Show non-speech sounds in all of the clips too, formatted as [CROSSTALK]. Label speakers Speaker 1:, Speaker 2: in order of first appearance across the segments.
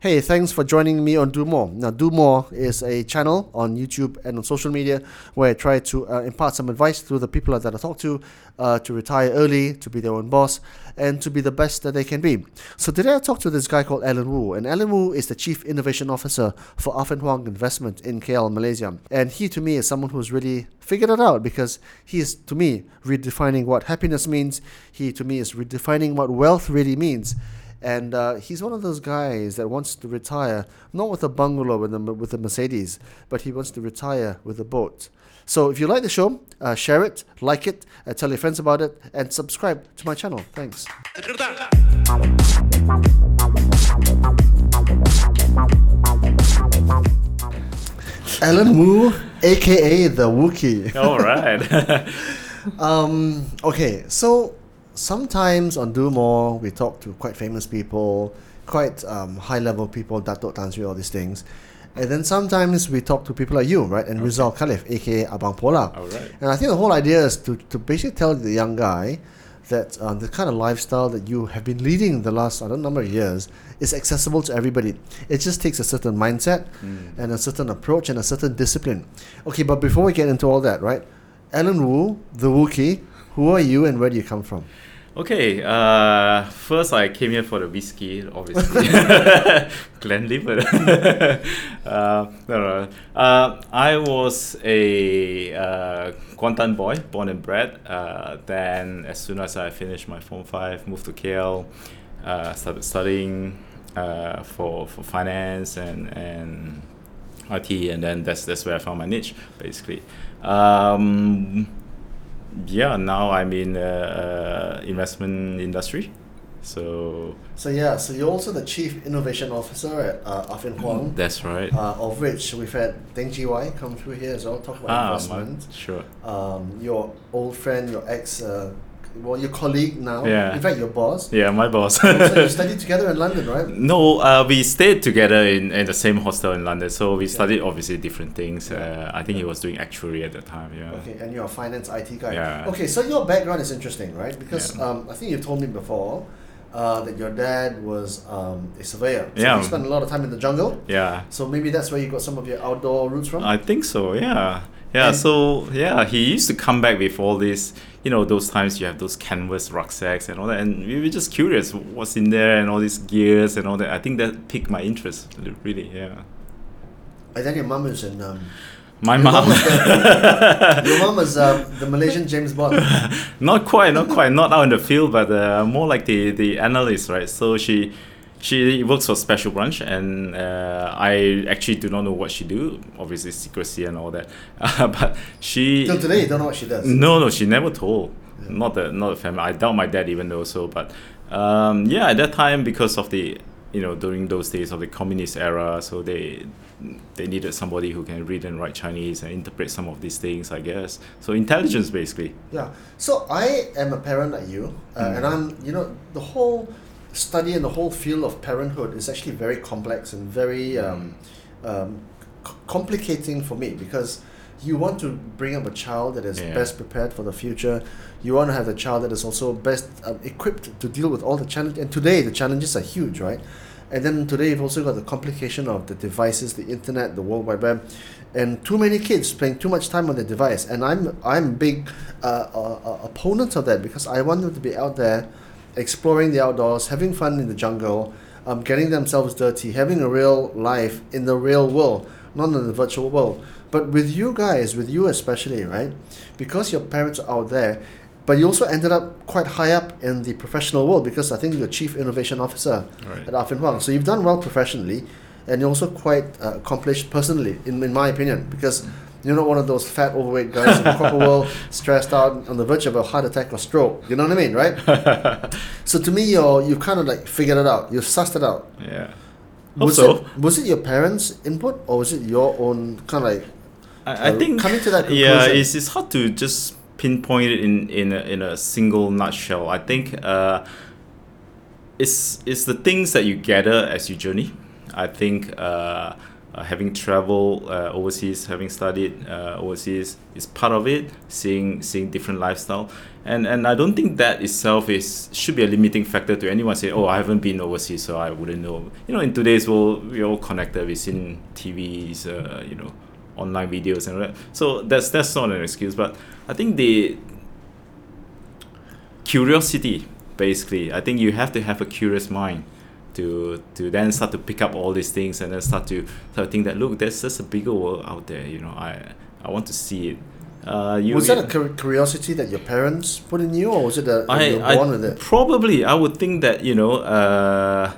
Speaker 1: Hey, thanks for joining me on Do More. Now, Do More is a channel on YouTube and on social media where I try to uh, impart some advice to the people that I talk to uh, to retire early, to be their own boss, and to be the best that they can be. So, today I talked to this guy called Alan Wu, and Alan Wu is the Chief Innovation Officer for Affin Huang Investment in KL, Malaysia. And he, to me, is someone who's really figured it out because he is, to me, redefining what happiness means. He, to me, is redefining what wealth really means. And uh, he's one of those guys that wants to retire not with a bungalow and a, with a Mercedes, but he wants to retire with a boat. So if you like the show, uh, share it, like it, uh, tell your friends about it, and subscribe to my channel. Thanks. Alan Wu, aka the Wookie.
Speaker 2: All right.
Speaker 1: Um, okay, so sometimes on Do More, we talk to quite famous people, quite um, high level people, Dato Tan Sri, all these things. And then sometimes we talk to people like you, right? And Rizal Khalif, aka Abang Pola.
Speaker 2: [LAUGHS] All right.
Speaker 1: And I think the whole idea is to, to basically tell the young guy that um, the kind of lifestyle that you have been leading the last I don't know, number of years is accessible to everybody. It just takes a certain mindset
Speaker 2: Hmm. Mm-hmm.
Speaker 1: and a certain approach and a certain discipline. Okay, but before we get into all that, right? Alan Wu, the Wookie, who are you and where do you come from?
Speaker 2: Okay. Uh, first, I came here for the whiskey, obviously. Glenlivet. [LAUGHS] uh, no, no. no. Uh, I was a uh, Kuantan boy, born and bred. Uh, then, as soon as I finished my form five, moved to KL, uh, started studying uh, for for finance and and IT, and then that's that's where I found my niche, basically. Um, yeah now i'm in uh, uh, investment industry so
Speaker 1: So yeah, so you're also the chief innovation officer at uh, Afin Huang,
Speaker 2: that's right
Speaker 1: uh, of which we've had Deng Jiwai come through here as well, talk about
Speaker 2: ah,
Speaker 1: investment.
Speaker 2: my, sure
Speaker 1: Um, your old friend, your ex, uh, well, your colleague now.
Speaker 2: Yeah.
Speaker 1: In fact, your boss.
Speaker 2: yeah my boss
Speaker 1: Oh,
Speaker 2: [LAUGHS]
Speaker 1: so you studied together in London, right?
Speaker 2: no uh, we stayed together in, in the same hostel in london so we studied obviously different things uh, i think he was doing actuary at the time yeah
Speaker 1: Okay, and you're a finance IT guy.
Speaker 2: Yeah.
Speaker 1: Okay, so your background is interesting, right? Because
Speaker 2: Yeah.
Speaker 1: um, I think you've told me before uh, that your dad was um, a surveyor. So
Speaker 2: Yeah.
Speaker 1: You spent a lot of time in the jungle.
Speaker 2: yeah
Speaker 1: So maybe that's where you got some of your outdoor roots from.
Speaker 2: I think so. Yeah, yeah.
Speaker 1: And-
Speaker 2: so yeah, he used to come back with all this. You know, those times you have those canvas rucksacks and all that, and we were just curious what's in there and all these gears and all that. I think that piqued my interest. Really, yeah.
Speaker 1: and then your mum is in. Um,
Speaker 2: My
Speaker 1: Your
Speaker 2: mom,
Speaker 1: mum is
Speaker 2: [LAUGHS]
Speaker 1: the- your mom is um, the Malaysian James Bond.
Speaker 2: not quite, not quite, not out in the field, but uh, more like the the analyst, right? So she. She works for Special Branch, and uh, I actually do not know what she do. Obviously, secrecy and all that. [LAUGHS] but she
Speaker 1: Till today, you don't know what she does.
Speaker 2: No, no, she never told. Not the not the family. I doubt my dad even though so. But um, yeah, at that time because of the you know during those days of the communist era, so they they needed somebody who can read and write Chinese and interpret some of these things, I guess. So intelligence basically.
Speaker 1: Yeah. So I am a parent like you, uh, and I'm, you know, the whole study and the whole field of parenthood is actually very complex and very um, um, c- complicating for me because you want to bring up a child that is
Speaker 2: Yeah.
Speaker 1: best prepared for the future. You want to have the child that is also best um, equipped to deal with all the challenges. And today, the challenges are huge, right? And then today, you've also got the complication of the devices, the internet, the World Wide Web, and too many kids spending too much time on the device. And I'm I'm big uh, uh, uh, opponent of that because I want them to be out there, exploring the outdoors, having fun in the jungle, um, getting themselves dirty, having a real life in the real world, not in the virtual world. But with you guys, with you especially, right? Because your parents are out there, but you also ended up quite high up in the professional world because I think you're chief innovation officer
Speaker 2: [LAUGHS] Right.
Speaker 1: at Afin Huang. So you've done well professionally, and you're also quite uh, accomplished personally, in, in my opinion, because you're not one of those fat, overweight guys in the
Speaker 2: [LAUGHS]
Speaker 1: corporate world, stressed out on the verge of a heart attack or stroke. You know what I mean, right? so to me, you're you kind of like figured it out. You've sussed it out.
Speaker 2: Yeah. Hope
Speaker 1: Was
Speaker 2: so.
Speaker 1: it was it your parents' input or was it your own kind of like?
Speaker 2: I, I
Speaker 1: Uh,
Speaker 2: think
Speaker 1: coming to that
Speaker 2: [LAUGHS] Yeah,
Speaker 1: conclusion-
Speaker 2: it's, it's hard to just pinpoint it in in a, in a single nutshell. I think uh, it's it's the things that you gather as you journey. I think uh, uh, having traveled uh, overseas, having studied uh, overseas is part of it. Seeing seeing different lifestyle, and and I don't think that itself is should be a limiting factor to anyone say, oh, I haven't been overseas, so I wouldn't know. You know, in today's world, we're all connected. We've seen TVs, uh, you know, online videos and all that. So that's that's not an excuse, but I think the curiosity basically i think you have to have a curious mind to to then start to pick up all these things and then start to start to think that look there's just a bigger world out there you know i i want to see it uh you
Speaker 1: was that a cur- curiosity that your parents put in you, or was it that
Speaker 2: I,
Speaker 1: you were born with
Speaker 2: I-
Speaker 1: it?
Speaker 2: Probably, I would think that you know, uh,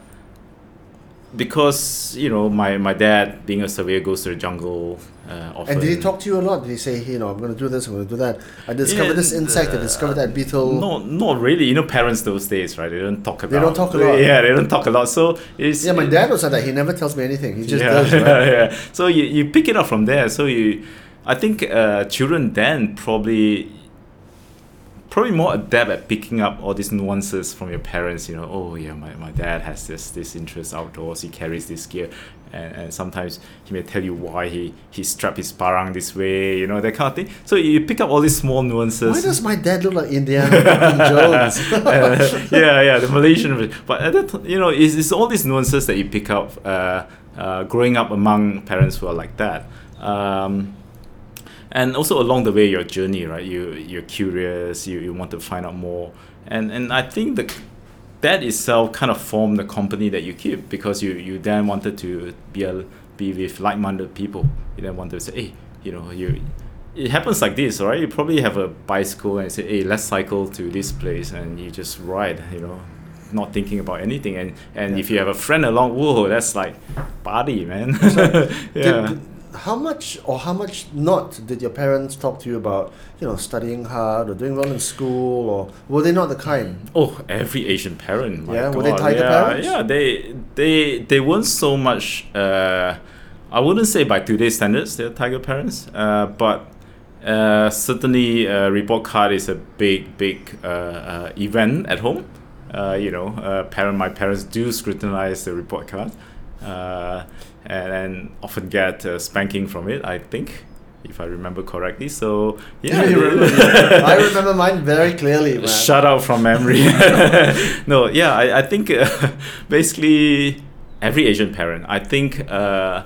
Speaker 2: because you know, my my dad being a surveyor goes to the jungle uh, often.
Speaker 1: And did he talk to you a lot? Did he say, hey, you know, I'm going to do this, I'm going to do that? I discovered this
Speaker 2: And,
Speaker 1: insect, I
Speaker 2: uh,
Speaker 1: discovered that beetle.
Speaker 2: No, not really. You know, parents those days, right? They don't talk about.
Speaker 1: They don't talk a lot.
Speaker 2: Yeah, they don't talk a lot. So it's
Speaker 1: Yeah, my dad was like that. He never tells me anything. He just
Speaker 2: yeah, [LAUGHS]
Speaker 1: does, right?
Speaker 2: yeah. So you, you pick it up from there. So you, I think uh, children then probably probably more adept at picking up all these nuances from your parents. You know, oh yeah, my, my dad has this this interest outdoors. He carries this gear, and, and sometimes he may tell you why he he strapped his parang this way. You know that kind of thing. So you pick up all these small nuances.
Speaker 1: Why does my dad look like Indiana fucking Jones?
Speaker 2: Uh, [LAUGHS] yeah, yeah, the Malaysian. version. But at that, t- you know, it's, it's all these nuances that you pick up uh, uh, growing up among parents who are like that. Um, and also along the way, your journey, right? You you're curious. You, you want to find out more. And and I think the that itself kind of formed the company that you keep because you you then wanted to be a, be with like-minded people. You then wanted to say, hey, you know, you it happens like this, right? You probably have a bicycle and say, hey, let's cycle to this place, and you just ride, you know, not thinking about anything. And and if you have a friend along, whoa, that's like party, man. [LAUGHS] yeah.
Speaker 1: Did- how much or how much not did your parents talk to you about, you know, studying hard or doing well in school or were they not the kind?
Speaker 2: Oh, every Asian parent. My
Speaker 1: Yeah,
Speaker 2: God.
Speaker 1: were they tiger
Speaker 2: yeah,
Speaker 1: parents?
Speaker 2: Yeah, they they they weren't so much. Uh, I wouldn't say by today's standards they're tiger parents, uh, but uh, certainly uh, report card is a big big uh, uh, event at home. Uh, you know, uh, parent my parents do scrutinize the report card, uh, and, and often get uh, spanking from it. I think. If I remember correctly, so yeah,
Speaker 1: [LAUGHS] You
Speaker 2: they-
Speaker 1: remember me.
Speaker 2: [LAUGHS]
Speaker 1: [LAUGHS] I remember mine very clearly, man.
Speaker 2: Shut out from memory. no, yeah, I, I think uh, [LAUGHS] basically every Asian parent, I think uh,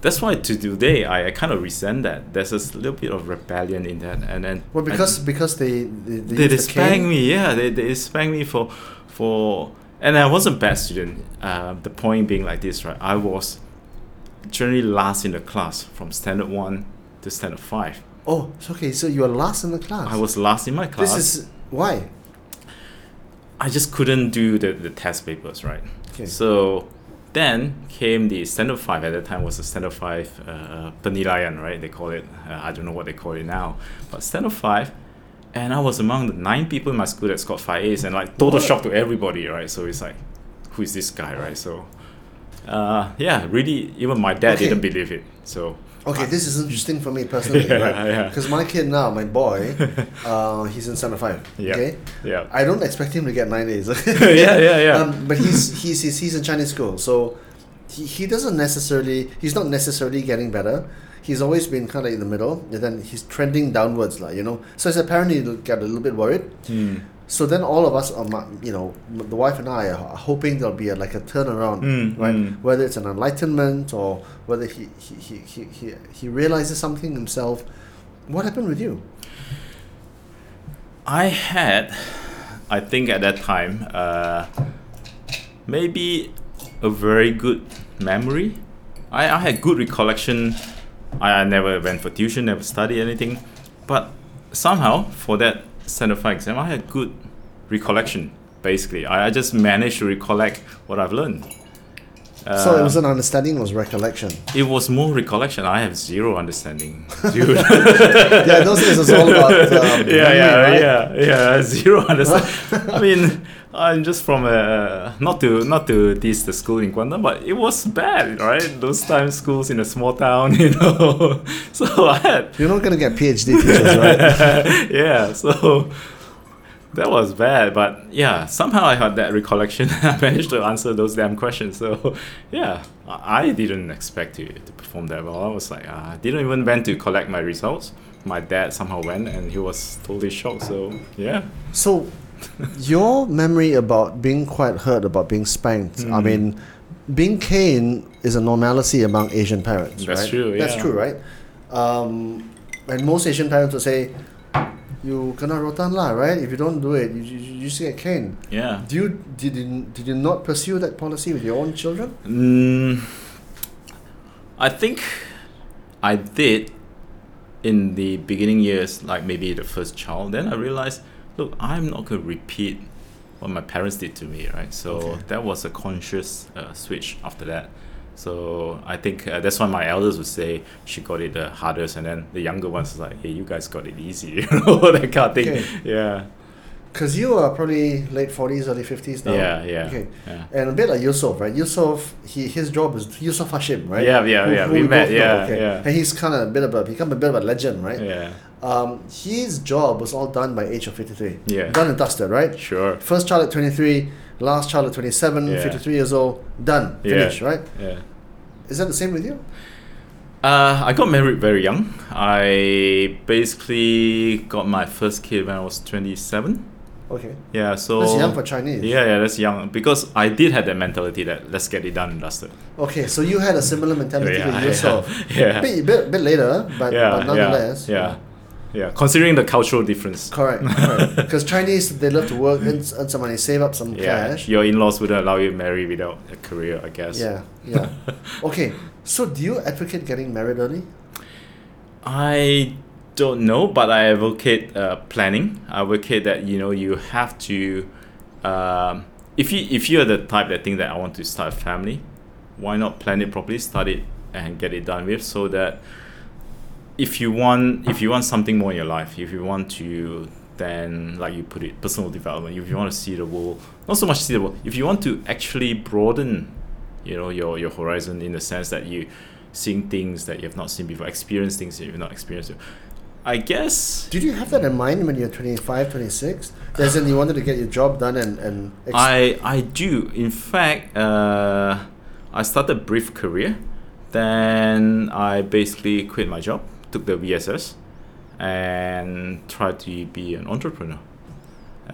Speaker 2: that's why to today I, I kind of resent that. There's this little bit of rebellion in that. And then
Speaker 1: well,
Speaker 2: I-
Speaker 1: because because they they, they,
Speaker 2: they,
Speaker 1: used
Speaker 2: they
Speaker 1: the
Speaker 2: spanked
Speaker 1: cane.
Speaker 2: me. Yeah, they, they spanked me for for and I wasn't bad student. Uh, the point being like this, right? I was generally last in the class from standard one to standard five.
Speaker 1: Oh, it's okay. So you were last in the class.
Speaker 2: I was last in my class.
Speaker 1: This is why.
Speaker 2: I just couldn't do the, the test papers, right?
Speaker 1: Okay.
Speaker 2: So then came the standard five. At that time was the standard five uh, uh, penilaian, right? They call it. Uh, I don't know what they call it now, but standard five. And I was among the nine people in my school that scored five A's, and like total
Speaker 1: What?
Speaker 2: shock to everybody, right? So it's like, who is this guy, right? So, uh, yeah, really, even my dad
Speaker 1: Okay.
Speaker 2: didn't believe it. So
Speaker 1: Okay, this is interesting for me personally,
Speaker 2: [LAUGHS] Yeah,
Speaker 1: right?
Speaker 2: yeah.
Speaker 1: Because my kid now, my
Speaker 2: [LAUGHS]
Speaker 1: boy, uh, he's in standard five.
Speaker 2: yeah,
Speaker 1: Okay.
Speaker 2: yeah,
Speaker 1: I don't expect him to get nine A's.
Speaker 2: [LAUGHS] yeah, yeah, yeah.
Speaker 1: Um, but he's, he's he's he's in Chinese school, so he, he doesn't necessarily he's not necessarily getting better. He's always been kind of in the middle, and then he's trending downwards, like you know. So as a parent, you get a little bit worried.
Speaker 2: Hmm.
Speaker 1: So then all of us, are, ma- you know, m- the wife and I are ho- hoping there'll be a, like a turnaround,
Speaker 2: Mm,
Speaker 1: right?
Speaker 2: mm.
Speaker 1: Whether it's an enlightenment or whether he he, he, he, he he realizes something himself. What happened with you?
Speaker 2: I had, I think at that time, uh, maybe a very good memory. I, I had good recollection. I, I never went for tuition, never studied anything. But somehow, for that standard five exam, I had good recollection, basically. I, I just managed to recollect what I've learned.
Speaker 1: so it
Speaker 2: Uh,
Speaker 1: was an understanding, it was recollection.
Speaker 2: it was more recollection. I have zero
Speaker 1: [LAUGHS]
Speaker 2: understanding. Dude.
Speaker 1: yeah, those days was all
Speaker 2: [LAUGHS]
Speaker 1: about um,
Speaker 2: yeah, yeah,
Speaker 1: memory, right?
Speaker 2: yeah, yeah. [LAUGHS] Zero
Speaker 1: [LAUGHS]
Speaker 2: understand. I mean, I'm just from a not to not to diss the school in Guangdong, but it was bad, right? Those time schools in a small town, [LAUGHS] you know. so I had [LAUGHS]
Speaker 1: You're not going to get PhD teachers, right?
Speaker 2: yeah, so That was bad, but yeah, somehow I had that recollection. [LAUGHS] I managed to answer those damn questions. So, [LAUGHS] yeah, I I didn't expect to, to perform that well. I was like, uh, I didn't even went to collect my results. My dad somehow went, and he was totally shocked. So, yeah,
Speaker 1: So, your memory about being quite hurt about being spanked,
Speaker 2: Mm.
Speaker 1: I mean, being caned is a normalcy among Asian parents,
Speaker 2: That's
Speaker 1: right?
Speaker 2: true,
Speaker 1: That's
Speaker 2: yeah.
Speaker 1: true, right? Um, and most Asian parents will say, you kena rotan lah, right? If you don't do it, you, you, you just get caned.
Speaker 2: yeah.
Speaker 1: Do you, did, you, did you not pursue that policy with your own children?
Speaker 2: Mm, I think I did in the beginning years, like maybe the first child. Then I realized, look, I'm not going to repeat what my parents did to me, right? So
Speaker 1: Okay.
Speaker 2: that was a conscious uh, switch after that. So I think uh, that's why my elders would say she got it the hardest, and then the younger ones is like, hey, you guys got it easy, [LAUGHS] you know, that kind of thing.
Speaker 1: Okay.
Speaker 2: Yeah,
Speaker 1: Because you are probably late 40s, early 50s now.
Speaker 2: yeah, yeah,
Speaker 1: Okay.
Speaker 2: yeah.
Speaker 1: And a bit like Yusuf, right? Yusuf, he, his job is Yusuf Hashim, right?
Speaker 2: Yeah, yeah, yeah, we
Speaker 1: both
Speaker 2: met,
Speaker 1: know,
Speaker 2: yeah, yeah.
Speaker 1: And he's kind of a bit of a become a bit of a legend, right?
Speaker 2: Yeah,
Speaker 1: Um, his job was all done by age of fifty three.
Speaker 2: Yeah.
Speaker 1: Done and dusted, right?
Speaker 2: sure.
Speaker 1: First child at twenty three, last child at 27,
Speaker 2: Yeah.
Speaker 1: 53 years old, done, finished,
Speaker 2: yeah.
Speaker 1: right?
Speaker 2: Yeah.
Speaker 1: Is that the same with you?
Speaker 2: Uh, I got married very young. I basically got my first kid when I was 27.
Speaker 1: Okay.
Speaker 2: Yeah, so
Speaker 1: That's young for Chinese.
Speaker 2: Yeah, yeah, that's young because I did have that mentality that let's get it done and dusted.
Speaker 1: Okay, so you had a similar mentality
Speaker 2: Yeah,
Speaker 1: with
Speaker 2: yeah,
Speaker 1: yourself.
Speaker 2: [LAUGHS] yeah.
Speaker 1: Bit, bit, bit later, but,
Speaker 2: yeah,
Speaker 1: but nonetheless.
Speaker 2: yeah, yeah, yeah. Considering the cultural difference. [LAUGHS]
Speaker 1: Correct, correct. Because Chinese, they love to work, earn, earn some money, save up some
Speaker 2: Yeah,
Speaker 1: cash.
Speaker 2: your in-laws wouldn't allow you to marry without a career, I guess.
Speaker 1: Yeah, yeah.
Speaker 2: [LAUGHS]
Speaker 1: okay, so do you advocate getting married early?
Speaker 2: I don't know, but I advocate uh, planning. I advocate that you know you have to. Um, if you if you are the type that think that I want to start a family, why not plan it properly, start it, and get it done with, so that if you want if you want something more in your life, if you want to then like you put it personal development if you want to see the world not so much see the world if you want to actually broaden you know your your horizon in the sense that you seeing things that you have not seen before experience things that you've not experienced i guess
Speaker 1: Did you have that in mind when you were 25, 26? As in, you wanted to get your job done and. and ex-
Speaker 2: I I do. In fact, uh, I started a brief career, then I basically quit my job, took the VSS, and tried to be an entrepreneur.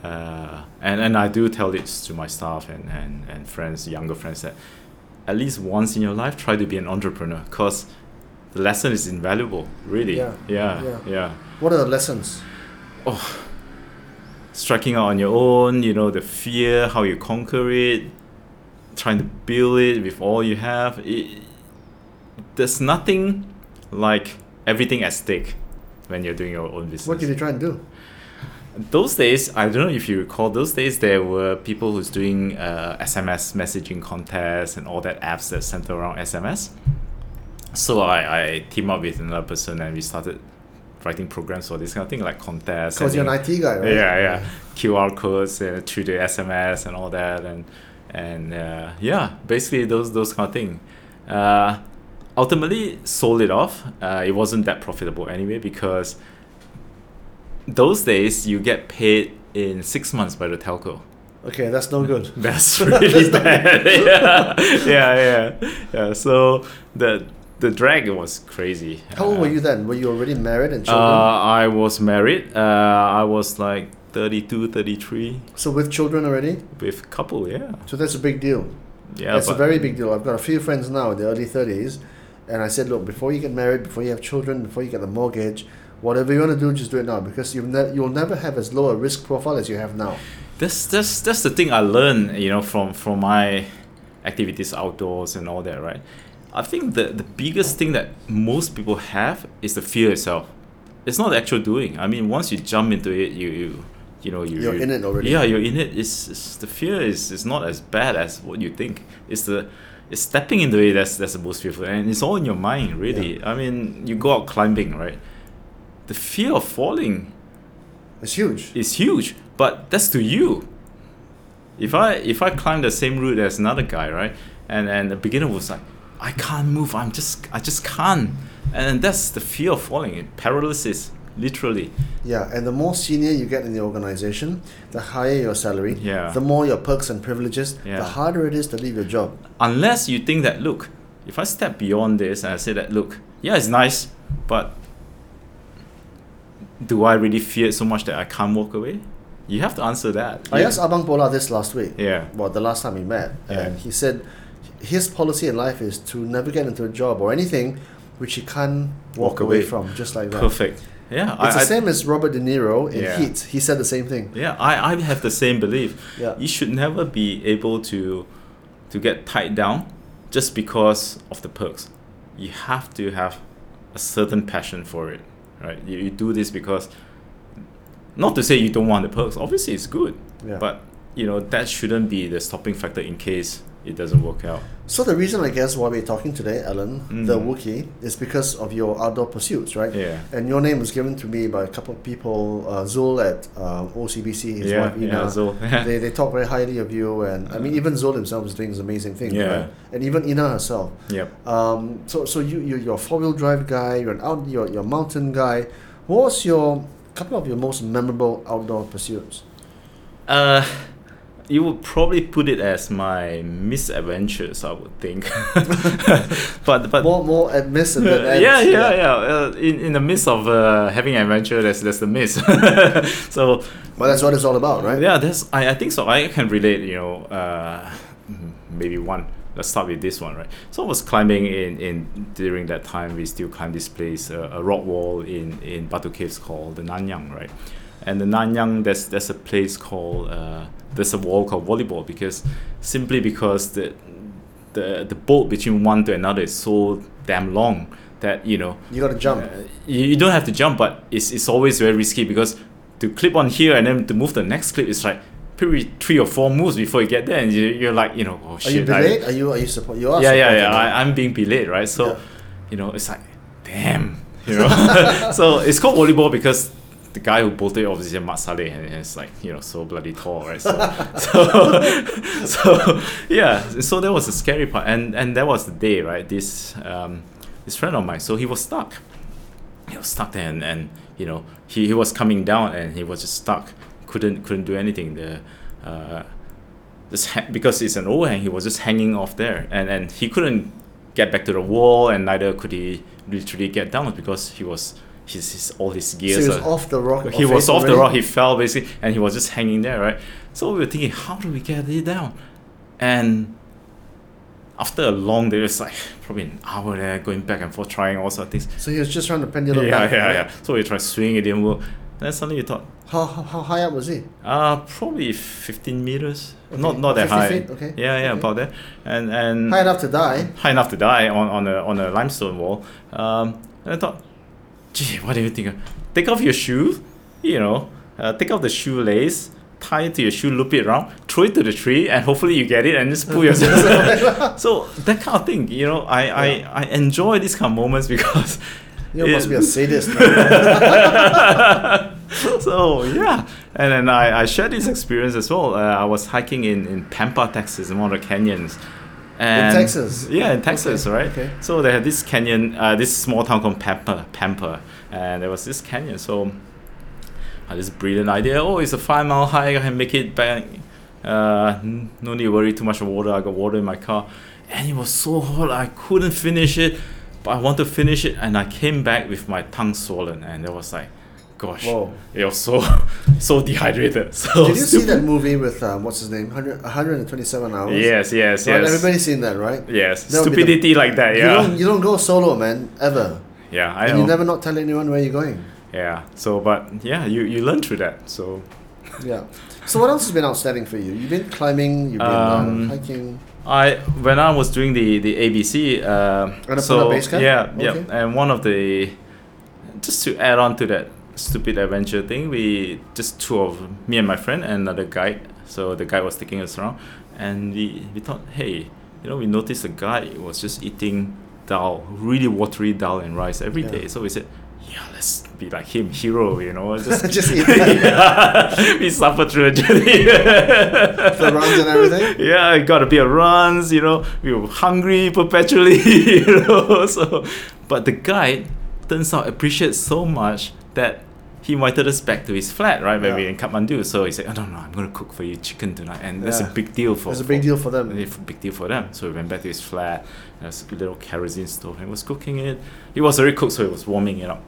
Speaker 2: Uh, and and I do tell this to my staff and, and, and friends, younger friends that at least once in your life try to be an entrepreneur because the lesson is invaluable. Really.
Speaker 1: Yeah, yeah.
Speaker 2: yeah. yeah
Speaker 1: what are the lessons?
Speaker 2: striking out on your own, you know, the fear, how you conquer it, trying to build it with all you have. It, there's nothing like everything at stake when you're doing your own business.
Speaker 1: What did you try and do?
Speaker 2: Those days, I don't know if you recall, those days there were people who's doing uh, SMS messaging contests and all that apps that centered around SMS. So I, I teamed up with another person and we started writing programs for this kind of thing, like contests.
Speaker 1: Because you're
Speaker 2: sending-
Speaker 1: an IT guy, right?
Speaker 2: yeah, yeah. QR codes uh, through the SMS and all that, and and uh, yeah, basically those those kind of thing. Uh, ultimately, sold it off. Uh, it wasn't that profitable anyway because those days you get paid in six months by the telco.
Speaker 1: Okay, that's no Oh,
Speaker 2: [LAUGHS]
Speaker 1: good. [LAUGHS]
Speaker 2: That's really bad. [LAUGHS] yeah. yeah, yeah, yeah. So the the drag was crazy.
Speaker 1: How old were
Speaker 2: Uh,
Speaker 1: you then? Were you already married and children?
Speaker 2: uh, I was married. Uh, I was like 32, 33
Speaker 1: so, with children already?
Speaker 2: with couple. Yeah,
Speaker 1: So, that's a big deal.
Speaker 2: yeah.
Speaker 1: that's a
Speaker 2: but-
Speaker 1: very big deal. I've got a few friends now in the early 30s, and I said, look, before you get married, before you have children, before you get a mortgage, whatever you want to do, just do it now because you've ne- you'll never have as low a risk profile as you have now.
Speaker 2: That's that's that's the thing I learned. You know, from from my activities outdoors and all that. Right. I think the the biggest thing that most people have is the fear itself. It's not the actual doing. I mean, once you jump into it, you you you know you
Speaker 1: You're
Speaker 2: you-
Speaker 1: in it already.
Speaker 2: Yeah, you're in it. It's, it's the fear is is not as bad as what you think. It's the it's stepping into it that's that's the most fearful, and it's all in your mind, really. I mean, you go out climbing, right? The fear of falling
Speaker 1: It's huge.
Speaker 2: is huge, but that's to you. If I if I climb the same route as another guy, right, and and the beginner was like, I can't move. I'm just I just can't, and that's the fear of falling. It paralysis literally.
Speaker 1: Yeah, and the more senior you get in the organization, the higher your salary,
Speaker 2: Yeah.
Speaker 1: the more your perks and privileges,
Speaker 2: Yeah.
Speaker 1: the harder it is to leave your job.
Speaker 2: Unless you think that, look, if I step beyond this and I say that, look, yeah, it's nice, but do I really fear it so much that I can't walk away? You have to answer that.
Speaker 1: I asked Abang Bola this last week.
Speaker 2: Oh, Yeah.
Speaker 1: Well, the last time we met,
Speaker 2: Yeah.
Speaker 1: and he said his policy in life is to never get into a job or anything which he can't walk,
Speaker 2: Walk
Speaker 1: away.
Speaker 2: away.
Speaker 1: from, just like that.
Speaker 2: Perfect. Yeah.
Speaker 1: It's the same as Robert De Niro in
Speaker 2: Yeah.
Speaker 1: Heat. He said the same thing.
Speaker 2: Yeah, I, I have the same belief.
Speaker 1: Yeah.
Speaker 2: You should never be able to to get tied down just because of the perks. You have to have a certain passion for it. Right? You, you do this because not to say you don't want the perks. Obviously it's good.
Speaker 1: Yeah.
Speaker 2: But you know, that shouldn't be the stopping factor in case it doesn't work out.
Speaker 1: So the reason I guess why we're talking today, Alan,
Speaker 2: Mm.
Speaker 1: the Wookiee, is because of your outdoor pursuits, right?
Speaker 2: Yeah.
Speaker 1: And your name was given to me by a couple of people, uh, Zul at uh, OCBC, his
Speaker 2: Yeah,
Speaker 1: wife Ina.
Speaker 2: yeah, [LAUGHS] Zul.
Speaker 1: [LAUGHS] they, they talk very highly of you, and I mean even Zul himself is doing some amazing things,
Speaker 2: Yeah.
Speaker 1: right? And even Ina herself.
Speaker 2: Yep.
Speaker 1: Um, so so you you you're a four wheel drive guy, you're an out you're, you're a mountain guy. What was your couple of your most memorable outdoor pursuits?
Speaker 2: Uh, you would probably put it as my misadventures, I would think. [LAUGHS] but but
Speaker 1: more more at miss and then ends.
Speaker 2: [LAUGHS] yeah, yeah, yeah. Uh, in, in the midst of uh, having an adventure, there's, there's the miss. [LAUGHS] so,
Speaker 1: But that's what it's all about, right?
Speaker 2: yeah, that's, I, I think so. I can relate, you know, uh, mm,
Speaker 1: Mm-hmm.
Speaker 2: maybe one. Let's start with this one, right? So I was climbing in, in during that time, we still climbed this place, uh, a rock wall in, in Batu Caves called the Nanyang, right? And the Nanyang, there's, there's a place called, uh, there's a wall called volleyball because simply because the, the, the bolt between one to another is so damn long that, you know,
Speaker 1: You gotta jump.
Speaker 2: uh, you, you don't have to jump, but it's, it's always very risky because to clip on here and then to move the next clip is like probably three or four moves before you get there, and you, you're like, you know, oh
Speaker 1: Are you
Speaker 2: shit. I-
Speaker 1: delayed? Are you are you support? You are.
Speaker 2: yeah, yeah,
Speaker 1: supported,
Speaker 2: yeah.
Speaker 1: right?
Speaker 2: I, I'm being belayed, right? So,
Speaker 1: Yeah.
Speaker 2: you know, it's like, damn, you know. [LAUGHS] so it's called volleyball because the guy who bolted it obviously is Mat Saleh and it's like you know so bloody tall, right? So, [LAUGHS] so, [LAUGHS] so yeah. So that was the scary part, and and that was the day, right? This um, this friend of mine, so he was stuck. He was stuck there, and, and you know he, he was coming down, and he was just stuck. Couldn't couldn't do anything. The uh, just ha- because it's an overhang, he was just hanging off there, and and he couldn't get back to the wall, and neither could he literally get down because he was his, his all his
Speaker 1: So
Speaker 2: gears.
Speaker 1: he was
Speaker 2: are-
Speaker 1: off the rock.
Speaker 2: he
Speaker 1: or
Speaker 2: was
Speaker 1: face
Speaker 2: off the
Speaker 1: already?
Speaker 2: rock. He fell basically, and he was just hanging there, right? So we were thinking, how do we get it down? And after a long day, it's like probably an hour there, going back and forth, trying all sorts of things.
Speaker 1: So he was just trying to
Speaker 2: Yeah,
Speaker 1: pendulum
Speaker 2: yeah,
Speaker 1: back.
Speaker 2: yeah,
Speaker 1: right?
Speaker 2: So we tried swinging, it didn't work. Then suddenly you thought,
Speaker 1: How, how, how high up was he?
Speaker 2: uh, probably 15 meters. Not
Speaker 1: Okay.
Speaker 2: not that
Speaker 1: 50
Speaker 2: high.
Speaker 1: feet, okay.
Speaker 2: Yeah, yeah,
Speaker 1: Okay.
Speaker 2: about that. And and
Speaker 1: High enough to die.
Speaker 2: [LAUGHS] high enough to die on, on a on a limestone wall. Um, and I thought, gee, what do you think? Take off your shoe, you know, uh, take off the shoelace, tie it to your shoe, loop it around, throw it to the tree, and hopefully you get it and just
Speaker 1: [LAUGHS]
Speaker 2: pull yourself. so that kind of thing, you know, I
Speaker 1: Yeah.
Speaker 2: I, I enjoy these kind of moments because.
Speaker 1: You must
Speaker 2: it-
Speaker 1: be a
Speaker 2: [LAUGHS]
Speaker 1: sadist. right?
Speaker 2: so yeah, and then I, I shared this experience as well. Uh, I was hiking in, in Pampa, Texas, in one of the canyons. And
Speaker 1: Texas?
Speaker 2: Yeah, in Texas,
Speaker 1: Okay,
Speaker 2: right?
Speaker 1: okay.
Speaker 2: So they had this canyon, uh, this small town called Pampa, Pampa, and there was this canyon. So I had this brilliant idea. Oh, it's a five mile hike. I can make it back. Uh, n- no need to worry too much of water. I got water in my car, and it was so hot. I couldn't finish it, but I want to finish it, and I came back with my tongue swollen, and it was like, gosh, [LAUGHS]
Speaker 1: Whoa.
Speaker 2: it was so so dehydrated. [LAUGHS] So
Speaker 1: Did you see that
Speaker 2: stupid.
Speaker 1: movie with um, what's his name? 100, 127 hours.
Speaker 2: Yes, yes, yes.
Speaker 1: Right? Everybody's seen that, right?
Speaker 2: Yes,
Speaker 1: That would be the-
Speaker 2: stupidity like that.
Speaker 1: You
Speaker 2: Yeah,
Speaker 1: don't you don't go solo, man, ever.
Speaker 2: yeah. I
Speaker 1: and
Speaker 2: know.
Speaker 1: you never not tell anyone where you're going.
Speaker 2: Yeah. So, but yeah, you you learn through that. So,
Speaker 1: Yeah. So what else has been outstanding for you? You've been climbing. You've been um,
Speaker 2: Um,
Speaker 1: hiking.
Speaker 2: I when I was doing the the ABC, uh,
Speaker 1: Annapurna
Speaker 2: so
Speaker 1: Base Camp?
Speaker 2: yeah, yeah,
Speaker 1: Okay.
Speaker 2: and one of the just to add on to that stupid adventure thing, we just two of me and my friend and another guide. So the guide was taking us around, and we we thought, hey, you know, we noticed the guy was just eating dal, really watery dal and rice every
Speaker 1: Yeah.
Speaker 2: day. So we said. Yeah, let's be like him, hero. You know, just,
Speaker 1: [LAUGHS] Just
Speaker 2: [LAUGHS]
Speaker 1: eat.
Speaker 2: yeah, [LAUGHS] we suffered through a [LAUGHS] journey.
Speaker 1: The runs and everything.
Speaker 2: Yeah, I got a bit of runs, you know. We were hungry perpetually, [LAUGHS] you know. So, but the guide turns out appreciates so much that he invited us back to his flat, right, where we
Speaker 1: Yeah.
Speaker 2: in Kathmandu. So he said, "I don't know, I'm gonna cook for you chicken tonight," and that's
Speaker 1: Yeah.
Speaker 2: a big deal for.
Speaker 1: It's a big deal for them.
Speaker 2: And it's a big deal for them. So we went back to his flat. There's a little kerosene stove, and he was cooking it. It was already cooked, so he was warming it up.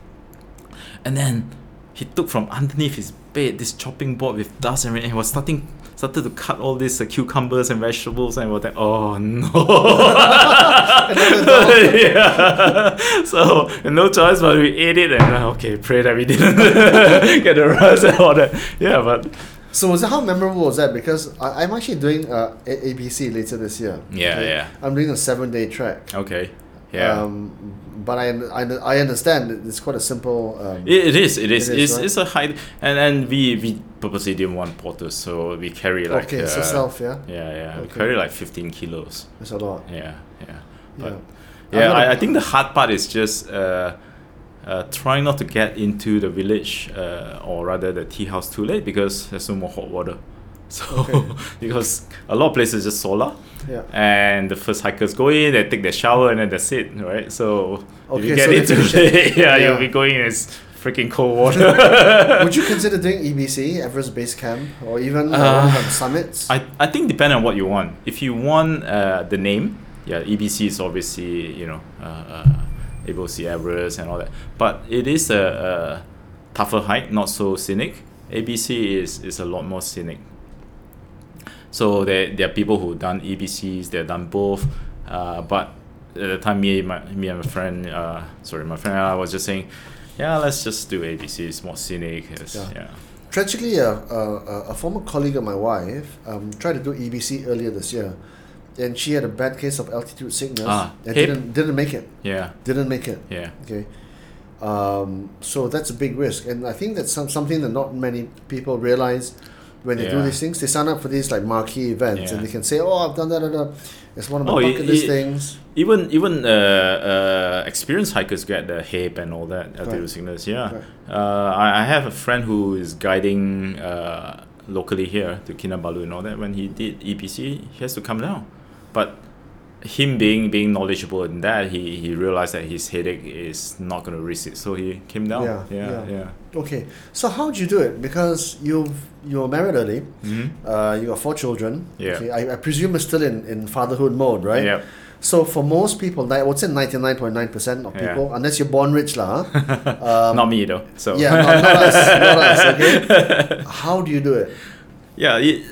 Speaker 2: And then he took from underneath his bed this chopping board with dust and, everything, and he was starting started to cut all these uh, cucumbers and vegetables, and we was like, "Oh [LAUGHS] no!" yeah. So no choice, but we ate it, and uh, okay, pray that we didn't [LAUGHS] get the rest and all that. Yeah, but
Speaker 1: So was that, how memorable was that? Because I, I'm actually doing uh, A- ABC later this year.
Speaker 2: Yeah, yeah.
Speaker 1: I'm doing a seven day track.
Speaker 2: okay, yeah.
Speaker 1: Um, but I, I, I understand that it's quite a simple. Um,
Speaker 2: It, it is. It is.
Speaker 1: It is,
Speaker 2: it's,
Speaker 1: right?
Speaker 2: it's a high, and and we we purposely didn't want porters, so we carry like
Speaker 1: okay, so
Speaker 2: uh,
Speaker 1: self, yeah,
Speaker 2: Yeah, yeah. We
Speaker 1: Okay.
Speaker 2: carry like fifteen kilos.
Speaker 1: it's a lot.
Speaker 2: Yeah, yeah.
Speaker 1: Yeah.
Speaker 2: But
Speaker 1: I'm
Speaker 2: yeah,
Speaker 1: not
Speaker 2: I,
Speaker 1: a-
Speaker 2: I think the hard part is just uh, uh, trying not to get into the village uh, or rather the tea house too late because there's no more hot water. [LAUGHS] So
Speaker 1: Okay.
Speaker 2: [LAUGHS] because a lot of places just solar. [LAUGHS]
Speaker 1: Yeah.
Speaker 2: And the first hikers go in, they take their shower, and then that's it, right? So if
Speaker 1: Okay,
Speaker 2: you get
Speaker 1: so they
Speaker 2: in too
Speaker 1: finish it.
Speaker 2: late, [LAUGHS] yeah,
Speaker 1: Yeah.
Speaker 2: you'll be going in it's freaking cold water.
Speaker 1: [LAUGHS] Would you consider doing EBC, Everest Base Camp, or even uh,
Speaker 2: Uh,
Speaker 1: one of the summits?
Speaker 2: I, I think depend on what you want. If you want uh, the name, yeah, EBC is obviously you know uh, uh, able see Everest and all that. But it is a, a tougher hike, not so scenic. ABC is is a lot more scenic. So there, there are people who done E EBCs, they've done both, uh, but at the time me, my, me and my friend, uh, sorry, my friend and I was just saying, yeah, let's just do ABC. It's more scenic. It's,
Speaker 1: Yeah.
Speaker 2: yeah.
Speaker 1: Tragically, a, a, a- a former colleague of my wife um, tried to do EBC earlier this year, and she had a bad case of altitude sickness
Speaker 2: Ah,
Speaker 1: and
Speaker 2: hip.
Speaker 1: didn't didn't make it.
Speaker 2: Yeah.
Speaker 1: Didn't make it.
Speaker 2: Yeah.
Speaker 1: Okay. Um, so that's a big risk, and I think that's some, something that not many people realize when they do
Speaker 2: Yeah.
Speaker 1: these things. They sign up for these like marquee events, and
Speaker 2: Yeah.
Speaker 1: they can say, "Oh, I've done that. da, da. It's one of my
Speaker 2: Oh, it-
Speaker 1: bucket list
Speaker 2: it-
Speaker 1: things."
Speaker 2: Even even uh, uh, experienced hikers get the hip and all that altitude
Speaker 1: Right.
Speaker 2: sickness. Yeah,
Speaker 1: Right.
Speaker 2: uh, I, I have a friend who is guiding uh, locally here to Kinabalu and all that. When he did EPC, he has to come down, but him being being knowledgeable in that, he he realized that his headache is not going to risk it, so he came down.
Speaker 1: Yeah,
Speaker 2: Yeah, yeah,
Speaker 1: yeah. Okay, so how'd you do it? Because you you were married early.
Speaker 2: Mhm.
Speaker 1: Uh, you got four children.
Speaker 2: Yeah.
Speaker 1: Okay, I, I presume you're still in, in fatherhood mode, right?
Speaker 2: Yep.
Speaker 1: So for most people, like, I would say ninety nine point nine percent of
Speaker 2: Yeah.
Speaker 1: people, unless you're born rich, lah. huh?
Speaker 2: not me though. [LAUGHS] So
Speaker 1: Um, yeah, not, not us, not us.
Speaker 2: [LAUGHS]
Speaker 1: Okay. How do you do it?
Speaker 2: Yeah, it,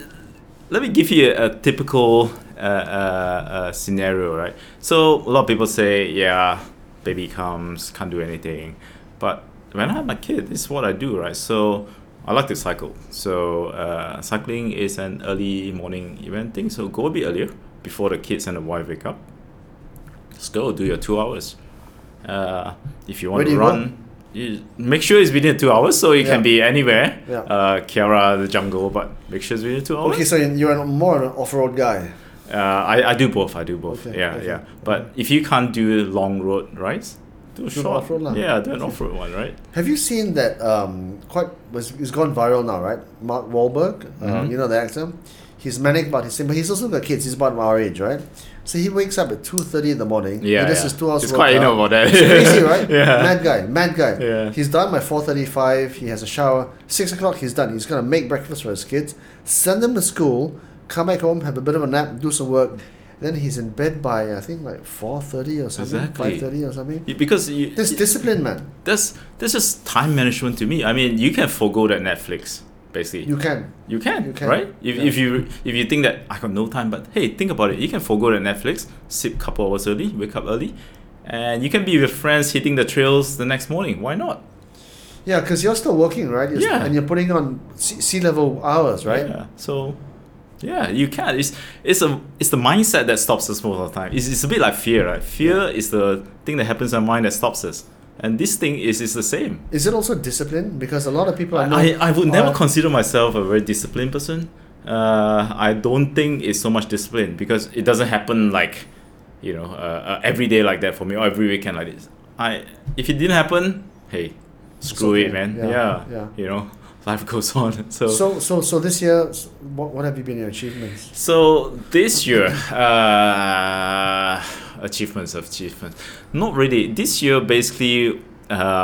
Speaker 2: let me give you a, a typical uh, uh, uh, scenario, right? So a lot of people say, yeah, baby comes, can't do anything. But when I have my kid, this is what I do, right? So I like to cycle. So uh, cycling is an early morning event thing. So go a bit earlier before the kids and the wife wake up. Let's go do your two hours. Uh, if you
Speaker 1: Where
Speaker 2: want
Speaker 1: do
Speaker 2: to
Speaker 1: you
Speaker 2: run, you make sure it's within two hours, so it
Speaker 1: Yeah.
Speaker 2: can be anywhere.
Speaker 1: Yeah.
Speaker 2: Uh, Kiara, the jungle, but make sure it's within two hours.
Speaker 1: Okay, so you're an, more an off road guy.
Speaker 2: Uh, I, I do both. I do both.
Speaker 1: Okay,
Speaker 2: yeah,
Speaker 1: okay,
Speaker 2: yeah. But
Speaker 1: okay.
Speaker 2: if you can't do long road rides, do, a
Speaker 1: Do an
Speaker 2: short.
Speaker 1: off-road lah.
Speaker 2: yeah, do an off road one, right?
Speaker 1: Have you seen that? Um, quite was it's gone viral now, right? Mark Wahlberg, uh,
Speaker 2: Mhm.
Speaker 1: you know the actor. He's manic about his, but he's also got kids. He's about our age, right? So he wakes up at two thirty in the morning.
Speaker 2: Yeah,
Speaker 1: and this
Speaker 2: yeah.
Speaker 1: is two hours.
Speaker 2: It's
Speaker 1: work
Speaker 2: quite
Speaker 1: out.
Speaker 2: enough about that.
Speaker 1: It's crazy, right?
Speaker 2: [LAUGHS] Yeah.
Speaker 1: Mad guy, mad guy.
Speaker 2: Yeah.
Speaker 1: He's done by four thirty-five. He has a shower. Six o'clock, he's done. He's gonna make breakfast for his kids, send them to school, come back home, have a bit of a nap, do some work. Then he's in bed by I think like four thirty or something,
Speaker 2: Exactly.
Speaker 1: five thirty or something.
Speaker 2: You- Because you,
Speaker 1: This discipline, man.
Speaker 2: that's that's just time management to me. I mean, you can forego that Netflix basically.
Speaker 1: You can.
Speaker 2: You can,
Speaker 1: You can,
Speaker 2: right? If,
Speaker 1: yeah.
Speaker 2: if you if you think that I got no time, but hey, think about it. You can forego the Netflix, sleep couple hours early, wake up early, and you can be with friends hitting the trails the next morning. Why not?
Speaker 1: Yeah, because you're still working, right? You're
Speaker 2: Yeah.
Speaker 1: and you're putting on sea, sea level hours, right?
Speaker 2: Yeah. So, yeah, you can. It's it's a it's the mindset that stops us most of the time. It's, it's a bit like fear, right? Fear is the thing that happens in our mind that stops us, and this thing is is the same.
Speaker 1: Is it also discipline? Because a lot of people I know.
Speaker 2: I, I would never
Speaker 1: are-
Speaker 2: consider myself a very disciplined person. Uh, I don't think it's so much discipline because it doesn't happen like, you know, uh, uh, every day like that for me or every weekend like this. I if it didn't happen, hey, screw
Speaker 1: okay.
Speaker 2: it, man.
Speaker 1: Yeah,
Speaker 2: Yeah,
Speaker 1: yeah.
Speaker 2: you know, [LAUGHS] life goes on. [LAUGHS] So so,
Speaker 1: So so so this year, s- what, what have you been your achievements?
Speaker 2: this year, uh, achievements achievements. Not really. This year, basically,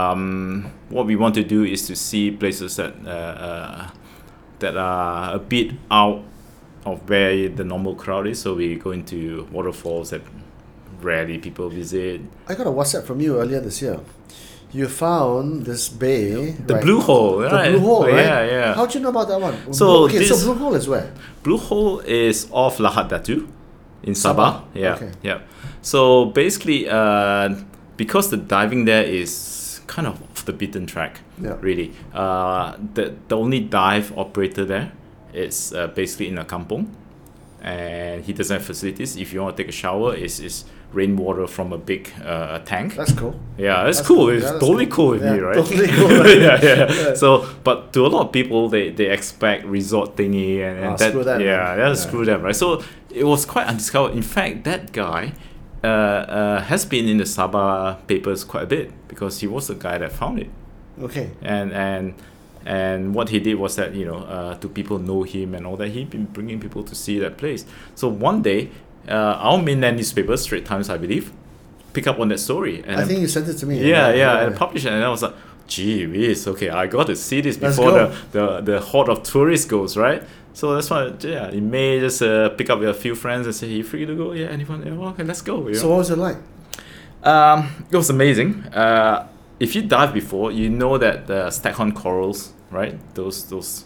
Speaker 2: um, what we want to do is to see places that uh, uh, that are a bit out of where the normal crowd is. So we go into waterfalls that rarely people visit.
Speaker 1: I got a WhatsApp from you earlier this year. You found this bay.
Speaker 2: The
Speaker 1: right?
Speaker 2: blue hole,
Speaker 1: The
Speaker 2: right?
Speaker 1: blue hole, right?
Speaker 2: Yeah, yeah.
Speaker 1: How'd you know about that one?
Speaker 2: So
Speaker 1: okay,
Speaker 2: this-
Speaker 1: so blue hole is where?
Speaker 2: Blue Hole is off Lahat Datu in
Speaker 1: Sabah,
Speaker 2: Sabah. Yeah.
Speaker 1: okay.
Speaker 2: Yeah. So basically, uh, because the diving there is kind of off the beaten track,
Speaker 1: Yeah.
Speaker 2: really, uh, the, the only dive operator there is uh, basically in a kampong. And he doesn't have facilities. If you want to take a shower, it's, it's rainwater from a big uh, tank.
Speaker 1: That's cool.
Speaker 2: Yeah, that's,
Speaker 1: That's
Speaker 2: cool.
Speaker 1: cool.
Speaker 2: It's
Speaker 1: Yeah, that's
Speaker 2: totally
Speaker 1: cool.
Speaker 2: cool with me,
Speaker 1: Yeah,
Speaker 2: right? [LAUGHS]
Speaker 1: totally cool, right?
Speaker 2: yeah,
Speaker 1: [LAUGHS]
Speaker 2: yeah,
Speaker 1: Yeah.
Speaker 2: So, but to a lot of people, they, they expect resort thingy and, and
Speaker 1: Ah,
Speaker 2: that.
Speaker 1: screw them,
Speaker 2: yeah,
Speaker 1: man.
Speaker 2: yeah,
Speaker 1: Yeah.
Speaker 2: screw them, right? So it was quite undiscovered. In fact, that guy uh, uh, has been in the Sabah papers quite a bit because he was the guy that found it
Speaker 1: Okay.
Speaker 2: and and and what he did was that you know uh, to people know him and all that he'd been bringing people to see that place so one day uh, our mainland newspaper Straits Times I believe pick up on that story and
Speaker 1: I
Speaker 2: then-
Speaker 1: think you sent it to me.
Speaker 2: [LAUGHS] yeah yeah and publish it and I was like gee whiz okay I got to see this
Speaker 1: Let's
Speaker 2: before
Speaker 1: go.
Speaker 2: the, the the horde of tourists goes right so that's why yeah you may just uh, pick up with a few friends and say you free to go yeah anyone yeah, okay let's go you know?
Speaker 1: So what was it like?
Speaker 2: Um, it was amazing. Uh, if you dive before, you know that the staghorn corals, right? Those those,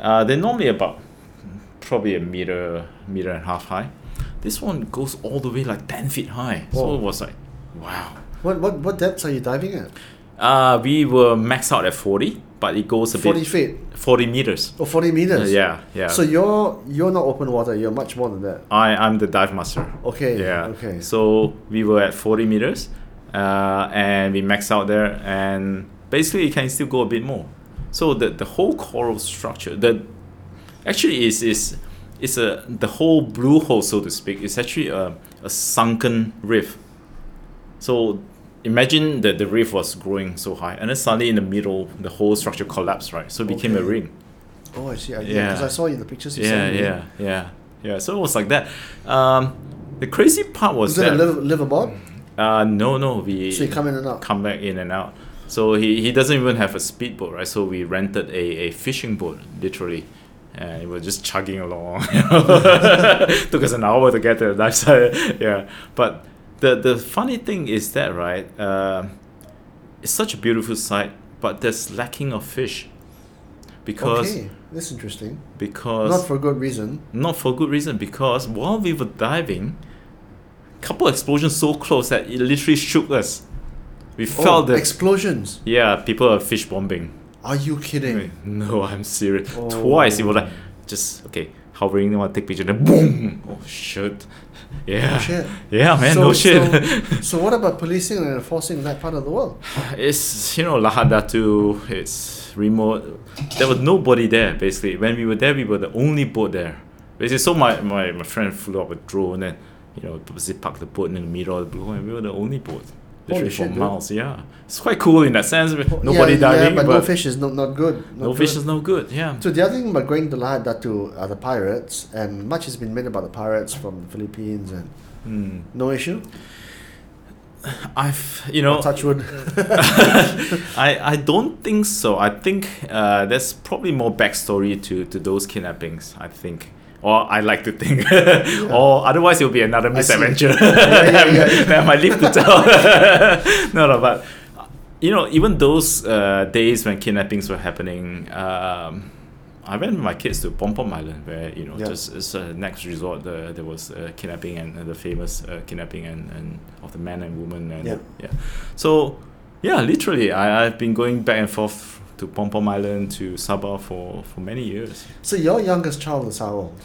Speaker 2: uh, they're normally about probably a meter, meter and a half high. This one goes all the way like ten feet high. So
Speaker 1: Whoa.
Speaker 2: it was like, wow.
Speaker 1: What what what depths are you diving at?
Speaker 2: Uh, we were maxed out at forty, but it goes a
Speaker 1: Forty
Speaker 2: bit
Speaker 1: feet
Speaker 2: forty meters.
Speaker 1: or forty
Speaker 2: Uh,
Speaker 1: meters?
Speaker 2: yeah, yeah.
Speaker 1: So
Speaker 2: So
Speaker 1: you're you're not open water. You're much more than that.
Speaker 2: I I'm the dive master.
Speaker 1: Okay.
Speaker 2: Yeah.
Speaker 1: Okay.
Speaker 2: So we were at 40 meters, uh, and we maxed out there, and basically you can still go a bit more. So the the whole coral structure, the actually is is is a the whole blue hole, so to speak, is actually a, a sunken reef. So imagine that the reef was growing so high, and then suddenly in the middle, the whole structure collapsed, right? So it became a
Speaker 1: Okay.
Speaker 2: ring
Speaker 1: oh, I see. I,
Speaker 2: Yeah.
Speaker 1: yeah. Because I saw you in the pictures. You
Speaker 2: yeah,
Speaker 1: sent me.
Speaker 2: yeah, yeah, yeah. So it was like that. Um, the crazy part was
Speaker 1: Was it a
Speaker 2: that
Speaker 1: live, live aboard?
Speaker 2: uh, no, no, we
Speaker 1: So you come in and out.
Speaker 2: come back in and out. So he, he doesn't even have a speedboat, right? So we rented a, a fishing boat, literally. And it was just chugging along. [LAUGHS] Took us an hour to get to the dive site. Yeah. But the, the funny thing is that, right? Uh, it's such a beautiful site, but there's lacking of fish. Because,
Speaker 1: okay, that's interesting.
Speaker 2: because
Speaker 1: Not for good reason.
Speaker 2: not for good reason because while we were diving, couple explosions so close that it literally shook us. We
Speaker 1: oh,
Speaker 2: felt that
Speaker 1: explosions.
Speaker 2: yeah, people are fish bombing.
Speaker 1: Are you kidding?
Speaker 2: [LAUGHS] No, I'm serious.
Speaker 1: Oh.
Speaker 2: Twice it was like just okay, hovering, want to take picture, then boom. Oh shit. [LAUGHS] Yeah.
Speaker 1: Shit.
Speaker 2: [LAUGHS] Yeah, man.
Speaker 1: So-
Speaker 2: no shit.
Speaker 1: [LAUGHS] So, so what about policing and enforcing that part of the world?
Speaker 2: it's you know Lahadatu, it's remote. There was nobody there basically. When we were there, we were the only boat there. Basically, so my, my, my friend flew up a drone and you know purposely parked the boat in the middle of the blue, and we were the only boat. Literally for
Speaker 1: shit, dude.
Speaker 2: miles, yeah. It's quite cool in that sense. [LAUGHS] Nobody
Speaker 1: yeah,
Speaker 2: diving,
Speaker 1: yeah, but,
Speaker 2: but
Speaker 1: no fish is not, not good. Not
Speaker 2: no fish
Speaker 1: good.
Speaker 2: is no good. Yeah.
Speaker 1: So the other thing about going to Lahad Datu are the pirates, and much has been made about the pirates from the Philippines, and
Speaker 2: Hmm.
Speaker 1: no issue.
Speaker 2: I've you know
Speaker 1: Touch wood.
Speaker 2: [LAUGHS] I, I don't think so. I think uh, there's probably more backstory to, to those kidnappings, I think. Or I like to think. [LAUGHS] or otherwise, it'll be another
Speaker 1: I see. [LAUGHS]
Speaker 2: misadventure
Speaker 1: yeah,
Speaker 2: [LAUGHS] that,
Speaker 1: yeah.
Speaker 2: I might live to tell. [LAUGHS] no, no, but you know, even those uh, days when kidnappings were happening, um, I went with my kids to Pom Pom Island, where you know,
Speaker 1: Yeah.
Speaker 2: just it's a next resort. Uh, there was uh, kidnapping and, and the famous uh, kidnapping and, and of the man and woman and
Speaker 1: Yeah.
Speaker 2: So yeah, literally, I I've been going back and forth to Pom Pom Island to Sabah for for many years.
Speaker 1: So your youngest child is how old?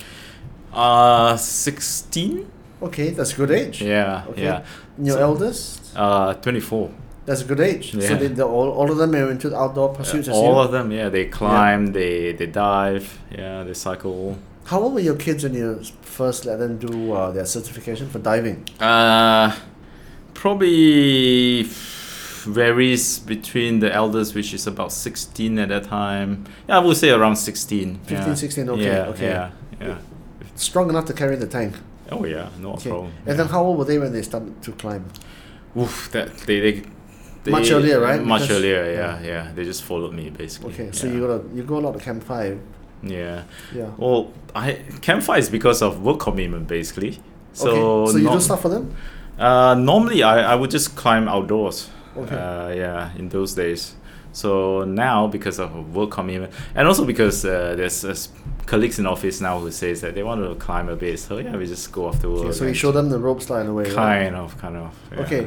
Speaker 2: Uh, sixteen.
Speaker 1: Okay, that's a good age.
Speaker 2: Yeah,
Speaker 1: Okay.
Speaker 2: yeah.
Speaker 1: And your
Speaker 2: So-
Speaker 1: eldest?
Speaker 2: Uh, twenty four.
Speaker 1: That's a good age. So
Speaker 2: Yeah.
Speaker 1: they, they're all, all of them are into outdoor pursuits as
Speaker 2: all
Speaker 1: you.
Speaker 2: of them. Yeah, they climb, they they dive. Yeah, they cycle.
Speaker 1: How old were your kids when you first let them do uh, their certification for diving?
Speaker 2: Uh, probably f- varies between the elders, which is about 16 at that time. Yeah, I would say around 16.
Speaker 1: 15,
Speaker 2: yeah.
Speaker 1: 16, okay,
Speaker 2: yeah,
Speaker 1: okay.
Speaker 2: Yeah, yeah.
Speaker 1: Strong enough to carry the tank.
Speaker 2: Oh, yeah, no
Speaker 1: Okay.
Speaker 2: problem.
Speaker 1: And then how old were they when they started to climb?
Speaker 2: Oof, that, they, they They-
Speaker 1: Much earlier, right?
Speaker 2: Much
Speaker 1: Because-
Speaker 2: earlier, yeah, yeah. They just followed me basically.
Speaker 1: Okay,
Speaker 2: yeah. Oh,
Speaker 1: so you gotta you go a lot of Camp Five.
Speaker 2: yeah.
Speaker 1: Yeah.
Speaker 2: Well, I campfire is because of work commitment basically. So
Speaker 1: okay. So you do
Speaker 2: not-
Speaker 1: stuff for them?
Speaker 2: Uh, normally, I, I would just climb outdoors.
Speaker 1: Okay.
Speaker 2: Uh, yeah, in those days. So now, because of work commitment, and also because uh, there's uh, s- colleagues in office now who says that they want to climb a bit. So yeah, we just go after work.
Speaker 1: Okay, so you
Speaker 2: and
Speaker 1: show them the ropes line away. right?
Speaker 2: Kind of, kind of. yeah.
Speaker 1: Okay.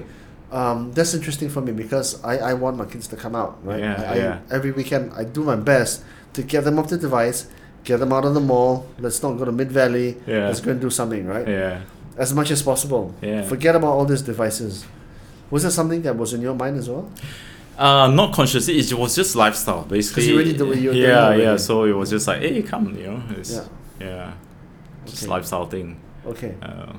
Speaker 1: Um, that's interesting for me because I, I want my kids to come out, right?
Speaker 2: Yeah,
Speaker 1: I, I-
Speaker 2: yeah.
Speaker 1: Every weekend, I do my best to get them off the device, get them out of the mall. Let's not go to Mid Valley.
Speaker 2: Yeah.
Speaker 1: Let's go and do something, right?
Speaker 2: Yeah.
Speaker 1: As much as possible.
Speaker 2: Yeah.
Speaker 1: Forget about all these devices. Was that something that was in your mind as well?
Speaker 2: Uh, not consciously. It was just lifestyle, basically.
Speaker 1: already do what you were doing
Speaker 2: Yeah, yeah.
Speaker 1: already.
Speaker 2: So it was just like, hey, come, you know. It's,
Speaker 1: Yeah.
Speaker 2: yeah. Just
Speaker 1: Okay.
Speaker 2: lifestyle thing.
Speaker 1: Okay.
Speaker 2: Uh,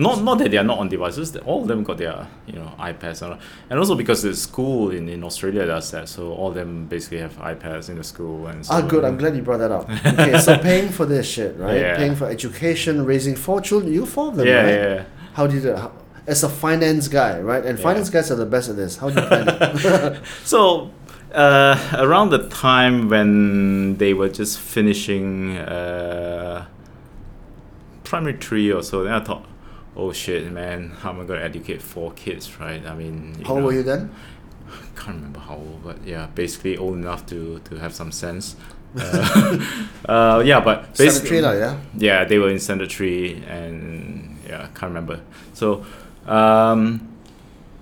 Speaker 2: not not that they are not on devices. they- All of them got their you know iPads and, all- and also because the school in, in Australia does that, so all of them basically have iPads in the school and. So
Speaker 1: Ah, good. I'm glad you brought that
Speaker 2: [LAUGHS]
Speaker 1: up. Okay, so paying for this shit, right?
Speaker 2: Yeah.
Speaker 1: Paying for education, raising four children. You four of them,
Speaker 2: Yeah,
Speaker 1: right?
Speaker 2: yeah.
Speaker 1: How do you do it? How, as a finance guy, right? And
Speaker 2: Yeah.
Speaker 1: finance guys are the best at this. How do you plan
Speaker 2: [LAUGHS]
Speaker 1: it? [LAUGHS]
Speaker 2: So. Uh, around the time when they were just finishing uh, primary three or so, then I thought, oh shit, man, how am I gonna educate four kids, right? I mean,
Speaker 1: How old
Speaker 2: know.
Speaker 1: were you then?
Speaker 2: can't remember how old, but yeah, basically old enough to, to have some sense. Uh, [LAUGHS] uh, yeah, but basically,
Speaker 1: Sanitary, lah, yeah.
Speaker 2: yeah, they were in standard three, and yeah, can't remember. So um,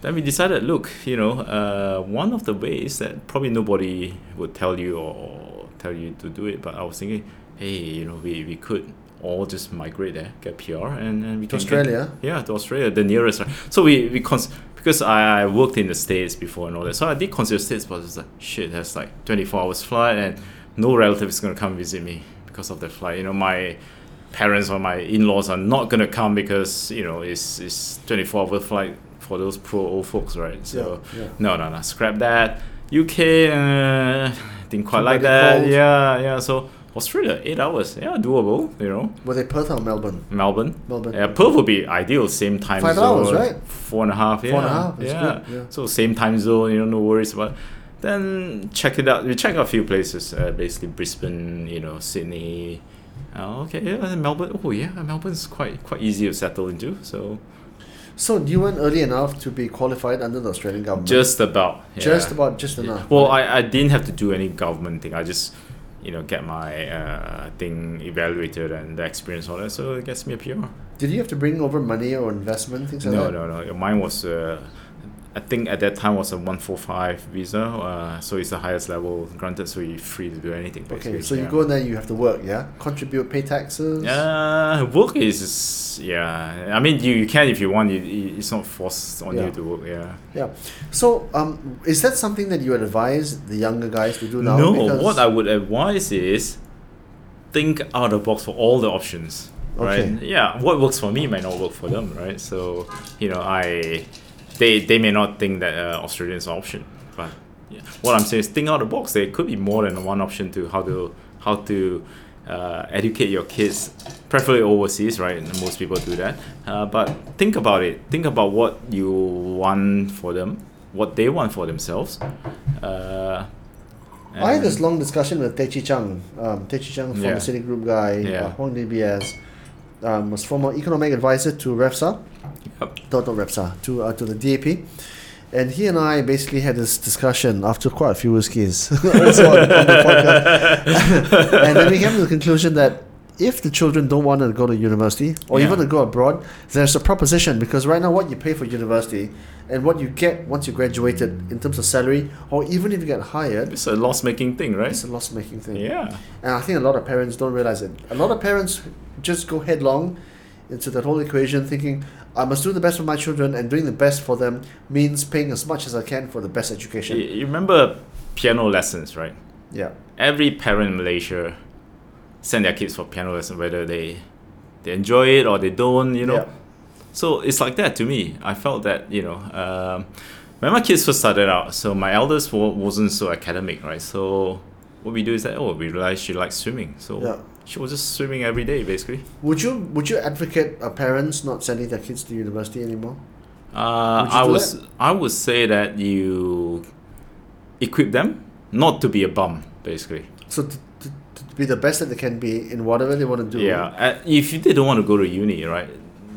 Speaker 2: then we decided, look, you know, uh, one of the ways that probably nobody would tell you or tell you to do it, but I was thinking, hey, you know, we, we could all just migrate there, get PR, and, and we
Speaker 1: To
Speaker 2: can get-
Speaker 1: Australia?
Speaker 2: yeah, to Australia, the nearest. Right? So we we cons- because I, I worked in the states before and all that, so I did consider states, but it's like shit, that's like twenty four hours flight, and no relative is gonna come visit me because of the flight. You know, my parents or my in laws are not gonna come because you know it's it's twenty four hour flight for those poor old folks, right? So
Speaker 1: Yeah, yeah.
Speaker 2: no, no, no, scrap that. UK uh, didn't quite
Speaker 1: Too
Speaker 2: like
Speaker 1: bloody
Speaker 2: that.
Speaker 1: cold.
Speaker 2: Yeah, yeah. So Australia, eight hours, yeah, doable. You know,
Speaker 1: Were they Perth or Melbourne?
Speaker 2: Melbourne.
Speaker 1: Melbourne.
Speaker 2: Yeah, Perth would be ideal, same time
Speaker 1: Five
Speaker 2: zone.
Speaker 1: hours, right?
Speaker 2: Four and a half, yeah.
Speaker 1: Four and a half, it's
Speaker 2: yeah.
Speaker 1: good, yeah.
Speaker 2: So same time zone, you know, no worries about Then check it out. We check out a few places, uh, basically Brisbane, you know, Sydney. Uh, okay, yeah, and Melbourne. Oh yeah, Melbourne's quite quite easy to settle into. So
Speaker 1: So you went early enough to be qualified under the Australian government.
Speaker 2: just about.
Speaker 1: Um,
Speaker 2: yeah.
Speaker 1: Just about, just
Speaker 2: Yeah.
Speaker 1: enough.
Speaker 2: Well, I, I didn't have to do any government thing. I just, you know, get my uh, thing evaluated and the experience all that. So it gets me a PR.
Speaker 1: Did you have to bring over money or investment things like
Speaker 2: no,
Speaker 1: that?
Speaker 2: no, no. Mine was, uh, I think at that time was a one four five visa. Uh, so it's the highest level granted. So you're free to do anything.
Speaker 1: Okay,
Speaker 2: basically,
Speaker 1: so you
Speaker 2: yeah.
Speaker 1: go there, you have to work, yeah. Contribute, pay taxes.
Speaker 2: Uh, work is, is- yeah. I mean, you, you can if you want. You, you- it's not forced on
Speaker 1: Yeah.
Speaker 2: you to work. Yeah.
Speaker 1: Yeah. So, um, is that something that you would advise the younger guys to do now?
Speaker 2: No,
Speaker 1: Because-
Speaker 2: what I would advise is think out of the box for all the options. Right?
Speaker 1: Okay.
Speaker 2: Yeah, what works for me might not work for them, right? So, you know, I they they may not think that uh, Australia is an option, but yeah. what I'm saying is think out of the box. There could be more than one option to how to how to uh, educate your kids, preferably overseas, right? And most people do that. Uh, but think about it. Think about what you want for them, what they want for themselves. Uh,
Speaker 1: I had this
Speaker 2: and-
Speaker 1: long discussion with Techi Chang, um, Techi Chang, former
Speaker 2: Yeah.
Speaker 1: Citigroup guy, uh,
Speaker 2: Yeah.
Speaker 1: Hong DBS, um, was former economic advisor to Repsa,
Speaker 2: Yep.
Speaker 1: not, not Repsa, to uh, to the DAP, and he and I basically had this discussion after quite a few [LAUGHS] whiskeys, also on, on the podcast,
Speaker 2: [LAUGHS]
Speaker 1: and then we came to the conclusion that if the children don't want to go to university or
Speaker 2: Yeah.
Speaker 1: even to go abroad, there's a proposition because right now what you pay for university and what you get once you graduated in terms of salary or even if you get hired.
Speaker 2: It's a loss making thing, right?
Speaker 1: It's a loss-making thing.
Speaker 2: Yeah.
Speaker 1: And I think a lot of parents don't realize it. A lot of parents just go headlong into that whole equation thinking, I must do the best for my children, and doing the best for them means paying as much as I can for the best
Speaker 2: You,
Speaker 1: education.
Speaker 2: you remember piano lessons, right?
Speaker 1: Yeah.
Speaker 2: Every parent in Malaysia send their kids for piano lesson, whether they they enjoy it or they don't, you know.
Speaker 1: Yeah.
Speaker 2: So it's like that to me. I felt that you know, um, when my kids first started out, so my eldest wa- wasn't so academic, right? So what we do is that oh, we realized she likes swimming, so
Speaker 1: Yeah.
Speaker 2: she was just swimming every day, basically.
Speaker 1: Would you would you advocate uh, parents not sending their kids to university anymore?
Speaker 2: Uh,
Speaker 1: Would you
Speaker 2: I
Speaker 1: do
Speaker 2: was
Speaker 1: that?
Speaker 2: I would say that you equip them not to be a bum, basically.
Speaker 1: So to, to, to be the best that they can be in whatever they want to do.
Speaker 2: Yeah, uh, if you- they don't want to go to uni, right?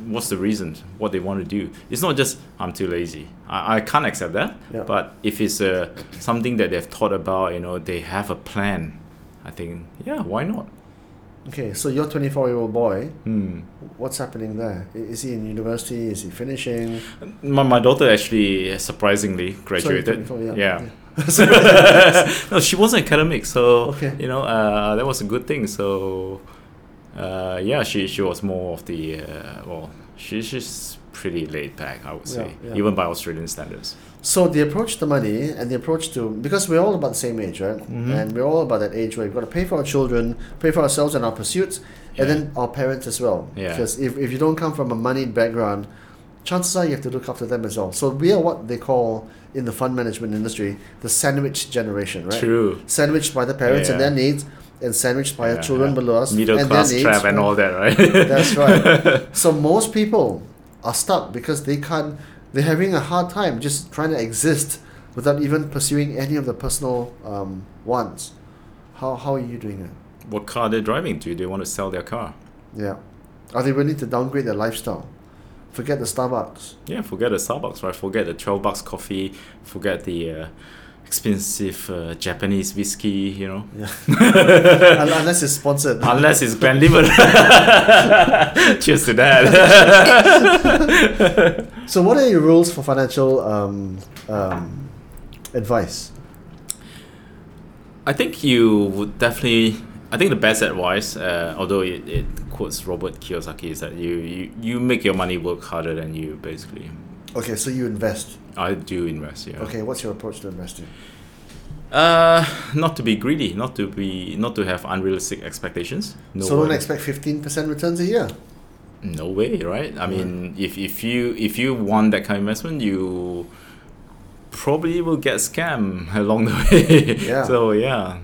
Speaker 2: What's the reason? What they want to do? It's not just I'm too lazy. I, I can't accept that.
Speaker 1: Yeah.
Speaker 2: But if it's uh, something that they've thought about, you know, they have a plan. I think yeah, why not?
Speaker 1: Okay, so your 24 year old boy,
Speaker 2: Hmm.
Speaker 1: what's happening there? I- Is he in university? Is he finishing?
Speaker 2: My, my daughter actually surprisingly graduated.
Speaker 1: 24, yeah.
Speaker 2: yeah.
Speaker 1: Yeah.
Speaker 2: [LAUGHS]
Speaker 1: [LAUGHS]
Speaker 2: no, she wasn't academic, so
Speaker 1: Okay.
Speaker 2: you know uh, that was a good thing. So uh, yeah, she she was more of the uh, well, she, she's pretty laid back, I would say,
Speaker 1: Yeah, yeah.
Speaker 2: even by Australian standards.
Speaker 1: So the approach to money and the approach to because we're all about the same age, right?
Speaker 2: Mhm.
Speaker 1: And we're all about that age where we've got to pay for our children, pay for ourselves and our pursuits,
Speaker 2: Yeah.
Speaker 1: and then our parents as well.
Speaker 2: Yeah.
Speaker 1: Because if, if you don't come from a money background, chances are you have to look after them as well. So we are what they call in the fund management industry the sandwich generation, right?
Speaker 2: True.
Speaker 1: Sandwiched by the parents and
Speaker 2: Yeah.
Speaker 1: their needs, and sandwiched by
Speaker 2: Yeah,
Speaker 1: our children
Speaker 2: yeah.
Speaker 1: below us
Speaker 2: Middle
Speaker 1: and
Speaker 2: class
Speaker 1: their needs.
Speaker 2: trap and all that, right?
Speaker 1: [LAUGHS] That's right. so most people are stuck because they can't. They're having a hard time just trying to exist without even pursuing any of the personal um, wants. How how are you doing it?
Speaker 2: [LAUGHS] what car they're driving to? They want to sell their car.
Speaker 1: Yeah, are they willing to downgrade their lifestyle? Forget the Starbucks.
Speaker 2: Yeah, forget the Starbucks, right? Forget the twelve bucks coffee. Forget the uh, expensive uh, Japanese whiskey. You know,
Speaker 1: Yeah. [LAUGHS] Un- Unless it's sponsored.
Speaker 2: Unless it's Glenlivet. [LAUGHS] Cheers to that.
Speaker 1: So what are your rules for financial um, um, advice?
Speaker 2: [LAUGHS] I think you would definitely. I think the best advice, uh, although it, it quotes Robert Kiyosaki, is that you, you, you make your money work harder than you, basically.
Speaker 1: Okay, so you invest.
Speaker 2: I do invest, yeah.
Speaker 1: Okay, what's your approach to investing?
Speaker 2: Uh, not to be greedy, not to be, not to have unrealistic expectations. No
Speaker 1: so don't
Speaker 2: way.
Speaker 1: expect fifteen percent returns a year.
Speaker 2: No way, right? I
Speaker 1: Right.
Speaker 2: mean, if, if you if you want that kind of investment, you probably will get scammed [LAUGHS] along the way.
Speaker 1: Yeah.
Speaker 2: So yeah,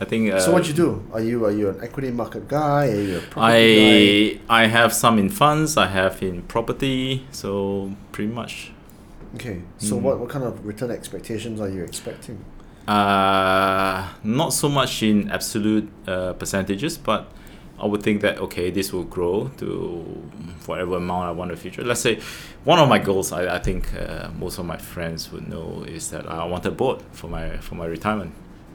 Speaker 2: I think. Uh,
Speaker 1: So what you do? Are you are you an equity market guy? Are you a property
Speaker 2: I I have some in funds. I have in property. So pretty much,
Speaker 1: guy? Okay. So
Speaker 2: Mm.
Speaker 1: what, what kind of return expectations are you expecting?
Speaker 2: uh, not so much in absolute uh, percentages, but I would think that okay, this will grow to whatever amount I want in the future. Let's say one of my goals, I, I think uh, most of my friends would know, is that I want a boat for my for my retirement.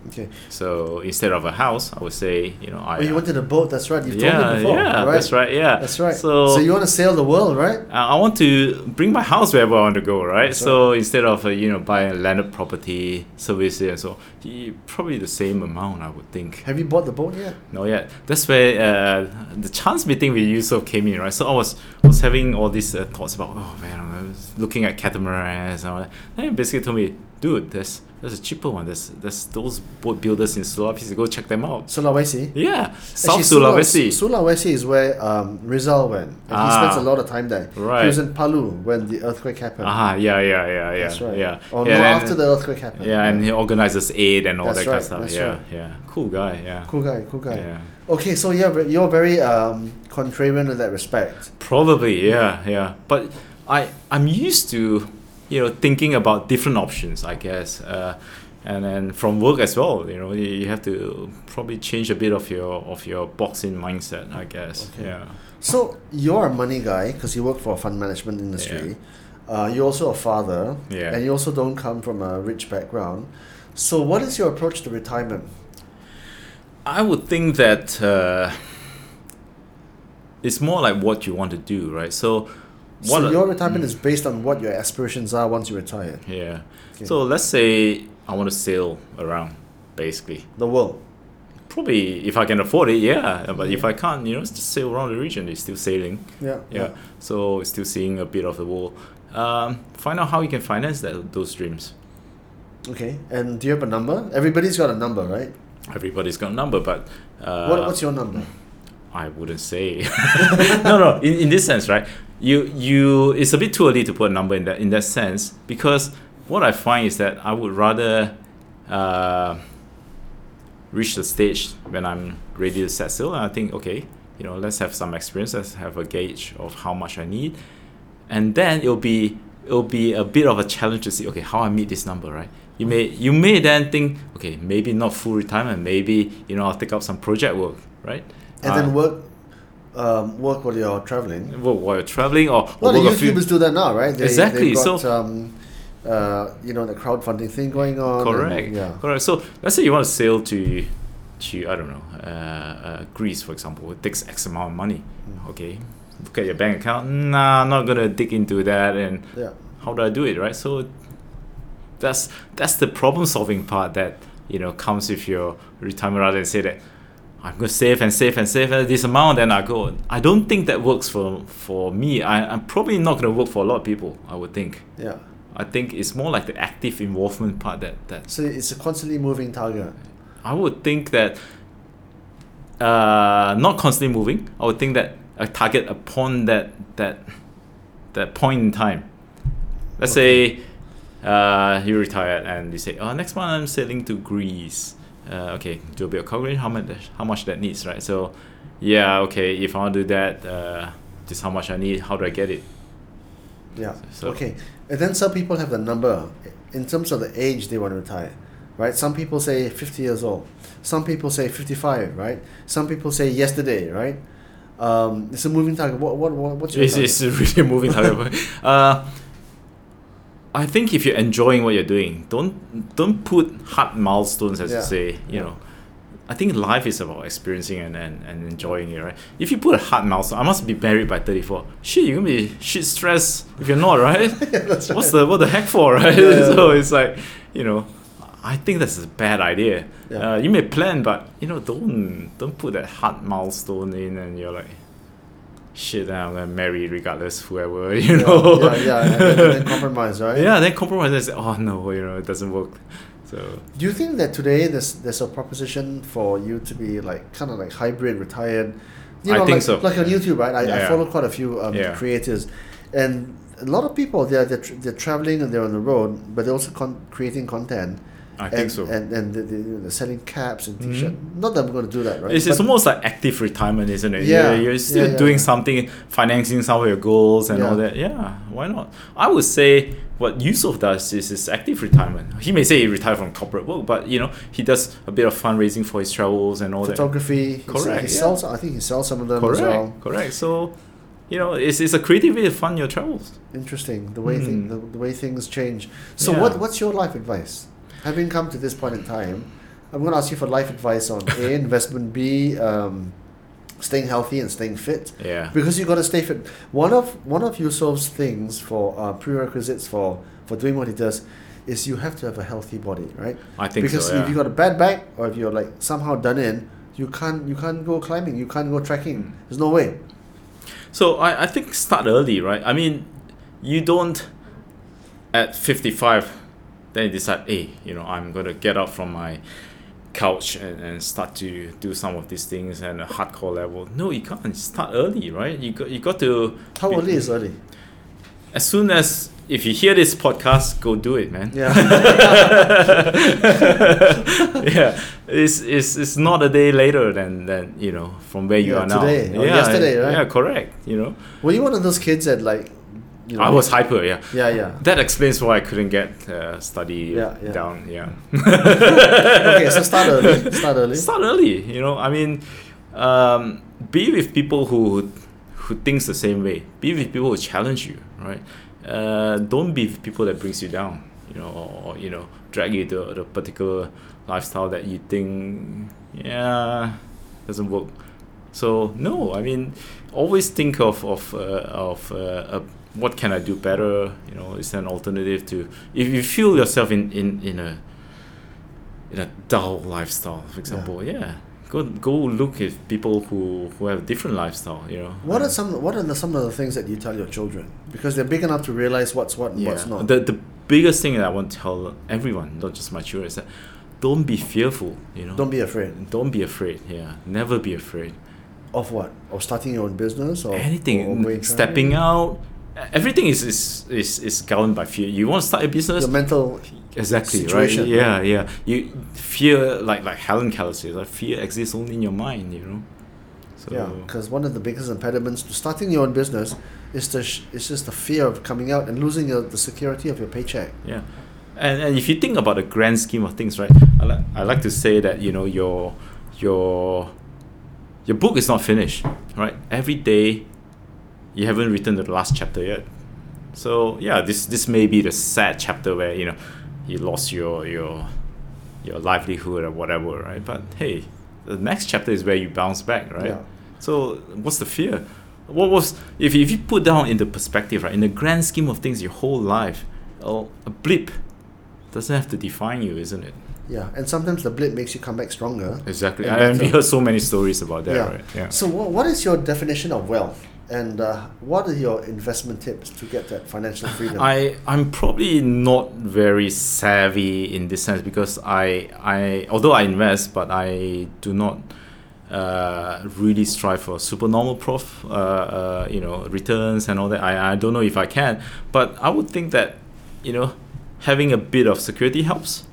Speaker 1: Okay.
Speaker 2: So instead of a house, I would say you know I.
Speaker 1: oh, you wanted a boat. That's right. You've told
Speaker 2: yeah,
Speaker 1: me before.
Speaker 2: yeah,
Speaker 1: right?
Speaker 2: that's right. Yeah,
Speaker 1: That's right.
Speaker 2: So,
Speaker 1: you want to sail the world, right?
Speaker 2: uh, I want to bring my house wherever I want to go, right?
Speaker 1: That's
Speaker 2: So instead of uh, you know buying a landed property, service it and so, y- probably the same amount I would think.
Speaker 1: Have you bought the boat yet?
Speaker 2: No, yeah, that's where uh, the chance meeting with Yusuf came in, right? So I was was having all these uh, thoughts about, oh man, I was looking at catamarans and all that. And he basically told me, dude, there's there's a cheaper one. There's there's those boat builders in Sulawesi. Go check them out.
Speaker 1: Sulawesi.
Speaker 2: Yeah, South
Speaker 1: Actually, Sula-
Speaker 2: Sulawesi.
Speaker 1: Sulawesi is where um, Rizal went. And he
Speaker 2: Ah.
Speaker 1: spends a lot of time there.
Speaker 2: Right.
Speaker 1: He was in Palu when the earthquake happened.
Speaker 2: Ah, yeah, yeah, yeah, yeah,
Speaker 1: That's right.
Speaker 2: yeah.
Speaker 1: Or
Speaker 2: yeah,
Speaker 1: no,
Speaker 2: then-
Speaker 1: after the earthquake happened.
Speaker 2: Yeah, and he organizes aid and all
Speaker 1: That's
Speaker 2: that
Speaker 1: right,
Speaker 2: kind of
Speaker 1: that's
Speaker 2: stuff. Yeah,
Speaker 1: right.
Speaker 2: yeah. Cool guy. Yeah.
Speaker 1: Cool guy, cool guy.
Speaker 2: Yeah.
Speaker 1: Okay, so yeah, but you're very um, contrarian in that respect.
Speaker 2: Probably. Yeah, yeah. But I I'm used to, you know, thinking about different options. I guess. Uh, and then from work as well, you know, you, you have to probably change a bit of your of your boxing mindset. I guess.
Speaker 1: Okay.
Speaker 2: Yeah.
Speaker 1: So you're a money guy because you work for a fund management industry. Uh, you're also a father,
Speaker 2: Yeah.
Speaker 1: and you also don't come from a rich background. So what is your approach to retirement?
Speaker 2: I would think that uh, it's more like what you want to do, right? So, what
Speaker 1: so
Speaker 2: a-
Speaker 1: your retirement
Speaker 2: Mm.
Speaker 1: is based on what your aspirations are once you retire.
Speaker 2: Yeah.
Speaker 1: Okay.
Speaker 2: So let's say I want to sail around, basically.
Speaker 1: The world.
Speaker 2: Probably if I can afford it, yeah. But if I can't, you know, just sail around the region. It's still sailing.
Speaker 1: Yeah.
Speaker 2: Yeah. So it's still seeing a bit of the world. Um, find out how you can finance that those dreams.
Speaker 1: Okay. And do you have a number? Everybody's got a number, right?
Speaker 2: Everybody's got a number, but uh,
Speaker 1: what, what's your number?
Speaker 2: I wouldn't say. [LAUGHS] no, no. In, in this sense, right? You you. It's a bit too early to put a number in that in that sense because what I find is that I would rather uh, reach the stage when I'm ready to set sail, and I think, okay, you know, let's have some experience, let's have a gauge of how much I need, and then it'll be it'll be a bit of a challenge to see okay how I meet this number, right? You may you may then think okay maybe not full retirement, maybe you know I'll take up some project work, right?
Speaker 1: and
Speaker 2: Uh,
Speaker 1: then work, um, work while you're traveling.
Speaker 2: Well, while you're traveling or,
Speaker 1: Well,
Speaker 2: or
Speaker 1: the
Speaker 2: work a few
Speaker 1: YouTubers do that now, right? They,
Speaker 2: Exactly,
Speaker 1: They've got,
Speaker 2: so-
Speaker 1: um, uh, you know, the crowdfunding thing going on. and-
Speaker 2: correct
Speaker 1: yeah.
Speaker 2: correct so let's say you want to sail to to i don't know uh, uh, greece for example it takes x amount of money
Speaker 1: Mm.
Speaker 2: okay look at your bank account nah i'm not gonna dig into that and
Speaker 1: Yeah.
Speaker 2: how do i do it right so that's that's the problem solving part that you know comes with your retirement rather than say that I'm gonna save and save and save this amount, then I go. I don't think that works for for me. I, I'm probably not gonna work for a lot of people. I would think.
Speaker 1: Yeah.
Speaker 2: I think it's more like the active involvement part that that
Speaker 1: So it's a constantly moving target.
Speaker 2: I would think that uh, not constantly moving. I would think that a target upon that that that point in time. Let's say uh, you retired and you say, "Oh, next month I'm sailing to Greece." Uh, okay, do a bit of calculation. How much how much that needs, right? So, yeah, okay. If I want to do that, uh, just how much I need. How do I get it?
Speaker 1: Yeah.
Speaker 2: So-
Speaker 1: okay. And then some people have the number in terms of the age they want to retire, right? Some people say 50 years old. Some people say 55, right? Some people say yesterday, right? Um, it's a moving target. What, what, what what's your
Speaker 2: It's,
Speaker 1: target?
Speaker 2: it's really [LAUGHS] a moving target. uh, I think if you're enjoying what you're doing, don't don't put hard milestones as
Speaker 1: Yeah.
Speaker 2: you say. You
Speaker 1: Yeah.
Speaker 2: know, I think life is about experiencing and, and, and enjoying it, right? If you put a hard milestone, I must be married by thirty four. Shit, you're gonna be shit stressed if you're not,
Speaker 1: [LAUGHS]
Speaker 2: right?
Speaker 1: that's
Speaker 2: What's
Speaker 1: right.
Speaker 2: the what the heck for, right?
Speaker 1: Yeah, yeah,
Speaker 2: [LAUGHS] so
Speaker 1: yeah.
Speaker 2: it's like, you know, I think that's a bad idea.
Speaker 1: Yeah.
Speaker 2: Uh, you may plan, but you know, don't don't put that hard milestone in, and you're like, shit, I'm gonna marry regardless whoever, [LAUGHS] you
Speaker 1: Yeah,
Speaker 2: know.
Speaker 1: yeah, yeah, and then, and then compromise, right?
Speaker 2: yeah, then compromise and say, oh no, you know, it doesn't work. So
Speaker 1: Do you think that today there's there's a proposition for you to be like kind of like hybrid retired? You
Speaker 2: I
Speaker 1: know,
Speaker 2: think
Speaker 1: like,
Speaker 2: so.
Speaker 1: Like on YouTube, right? I, I
Speaker 2: Yeah.
Speaker 1: follow quite a few um,
Speaker 2: Yeah.
Speaker 1: creators, and a lot of people they're they're, tr- they're traveling and they're on the road, but they're also con- creating content.
Speaker 2: I
Speaker 1: and,
Speaker 2: think so.
Speaker 1: And and they- they- they're selling caps and
Speaker 2: Mhm.
Speaker 1: t-shirt. Not that I'm going to do that, right?
Speaker 2: It's, it's
Speaker 1: But-
Speaker 2: almost like active retirement, isn't it?
Speaker 1: Yeah,
Speaker 2: You're,
Speaker 1: yeah,
Speaker 2: you're still
Speaker 1: yeah,
Speaker 2: doing
Speaker 1: yeah.
Speaker 2: something, financing some of your goals and all
Speaker 1: Yeah.
Speaker 2: that. Yeah, why not? I would say what Yusuf does is, is active retirement. He may say he retired from corporate work, but you know he does a bit of fundraising for his travels and all
Speaker 1: photography. he se-
Speaker 2: Correct,
Speaker 1: He
Speaker 2: yeah.
Speaker 1: sells. I think he sells some of
Speaker 2: that.
Speaker 1: them
Speaker 2: Correct,
Speaker 1: as well.
Speaker 2: correct. So, you know, it's, it's a creative way to fund your travels.
Speaker 1: Interesting. The way
Speaker 2: Mm.
Speaker 1: thing, the, the way things change. So
Speaker 2: Yeah.
Speaker 1: what what's your life advice? Having come to this point in time, I'm going to ask you for life advice on
Speaker 2: [LAUGHS]
Speaker 1: A investment, B um, staying healthy and staying fit.
Speaker 2: Yeah.
Speaker 1: Because you got to stay fit. One of one of Yusuf's things for uh, prerequisites for for doing what he does is you have to have a healthy body, right?
Speaker 2: I think
Speaker 1: because
Speaker 2: so. Yeah.
Speaker 1: if you got a bad back or if you're like somehow done in, you can't you can't go climbing, you can't go trekking. There's no way.
Speaker 2: So I, I think start early, right? I mean, you don't at 55 then you decide, hey, you know, I'm gonna get up from my couch and, and start to do some of these things and a hardcore level. No, you can't. Start early, right? You got you got to
Speaker 1: How early is early?
Speaker 2: as soon as if you hear this podcast, go do it, man. [LAUGHS] yeah, it's, it's it's not a day later than than you know from where you
Speaker 1: Yeah,
Speaker 2: are now.
Speaker 1: today or yesterday, right?
Speaker 2: Yeah, correct. You know,
Speaker 1: Were you one of those kids that like? You
Speaker 2: I was hyper. Yeah,
Speaker 1: Yeah, yeah.
Speaker 2: That explains why I couldn't get uh, study
Speaker 1: Yeah, yeah.
Speaker 2: down. Yeah,
Speaker 1: [LAUGHS] okay, so start
Speaker 2: [LAUGHS]
Speaker 1: early. Start early.
Speaker 2: start early. You know, I mean, um, be with people who who thinks the same way. Be with people who challenge you, right? Uh, don't be with people that brings you down. You know, or, or you know, drag you to a particular lifestyle that you think, yeah, doesn't work. So no, I mean, always think of of uh, of uh, uh, what can I do better. You know, is there an alternative to if you feel yourself in in in a in a dull lifestyle, for example. Yeah, go go look at people who who have different lifestyle. You know, Uh,
Speaker 1: What are some? What are the, some of the things that you tell your children? Because they're big enough to realize what's what and
Speaker 2: yeah.
Speaker 1: what's not.
Speaker 2: The the biggest thing that I want to tell everyone, not just my children, is that don't be fearful. You know,
Speaker 1: Don't be afraid
Speaker 2: don't be afraid. Yeah, never be afraid.
Speaker 1: of what? Of starting your own business or or
Speaker 2: anything
Speaker 1: going
Speaker 2: stepping
Speaker 1: traveling?
Speaker 2: out everything is is, is is governed by fear you want to start a business
Speaker 1: Your mental.
Speaker 2: exactly
Speaker 1: situation.
Speaker 2: right yeah yeah you fear like like helen keller says like fear exists only in your mind you know So
Speaker 1: Yeah, because one of the biggest impediments to starting your own business is the sh- is just the fear of coming out and losing your, the security of your paycheck.
Speaker 2: Yeah. And, and if you think about the grand scheme of things, right? I, li- I like to say that you know your your your book is not finished, right? Every day, you haven't written the last chapter yet. So yeah, this this may be the sad chapter where you know you lost your your your livelihood or whatever, right? But hey, the next chapter is where you bounce back, right?
Speaker 1: Yeah.
Speaker 2: So what's the fear? What was if you, if you put down in the perspective, right? In the grand scheme of things, your whole life, oh, a blip doesn't have to define you, isn't it?
Speaker 1: Yeah, and sometimes the blip makes you come back stronger.
Speaker 2: Exactly.
Speaker 1: And
Speaker 2: And we
Speaker 1: that's a-
Speaker 2: heard so many stories about that,
Speaker 1: Yeah.
Speaker 2: right? Yeah.
Speaker 1: So, what, what is your definition of wealth, and uh, what are your investment tips to get that financial freedom?
Speaker 2: I I'm probably not very savvy in this sense because I I although I invest but I do not uh, really strive for supernormal prof uh, uh, you know returns and all that. I I don't know if I can, but I would think that you know having a bit of security helps.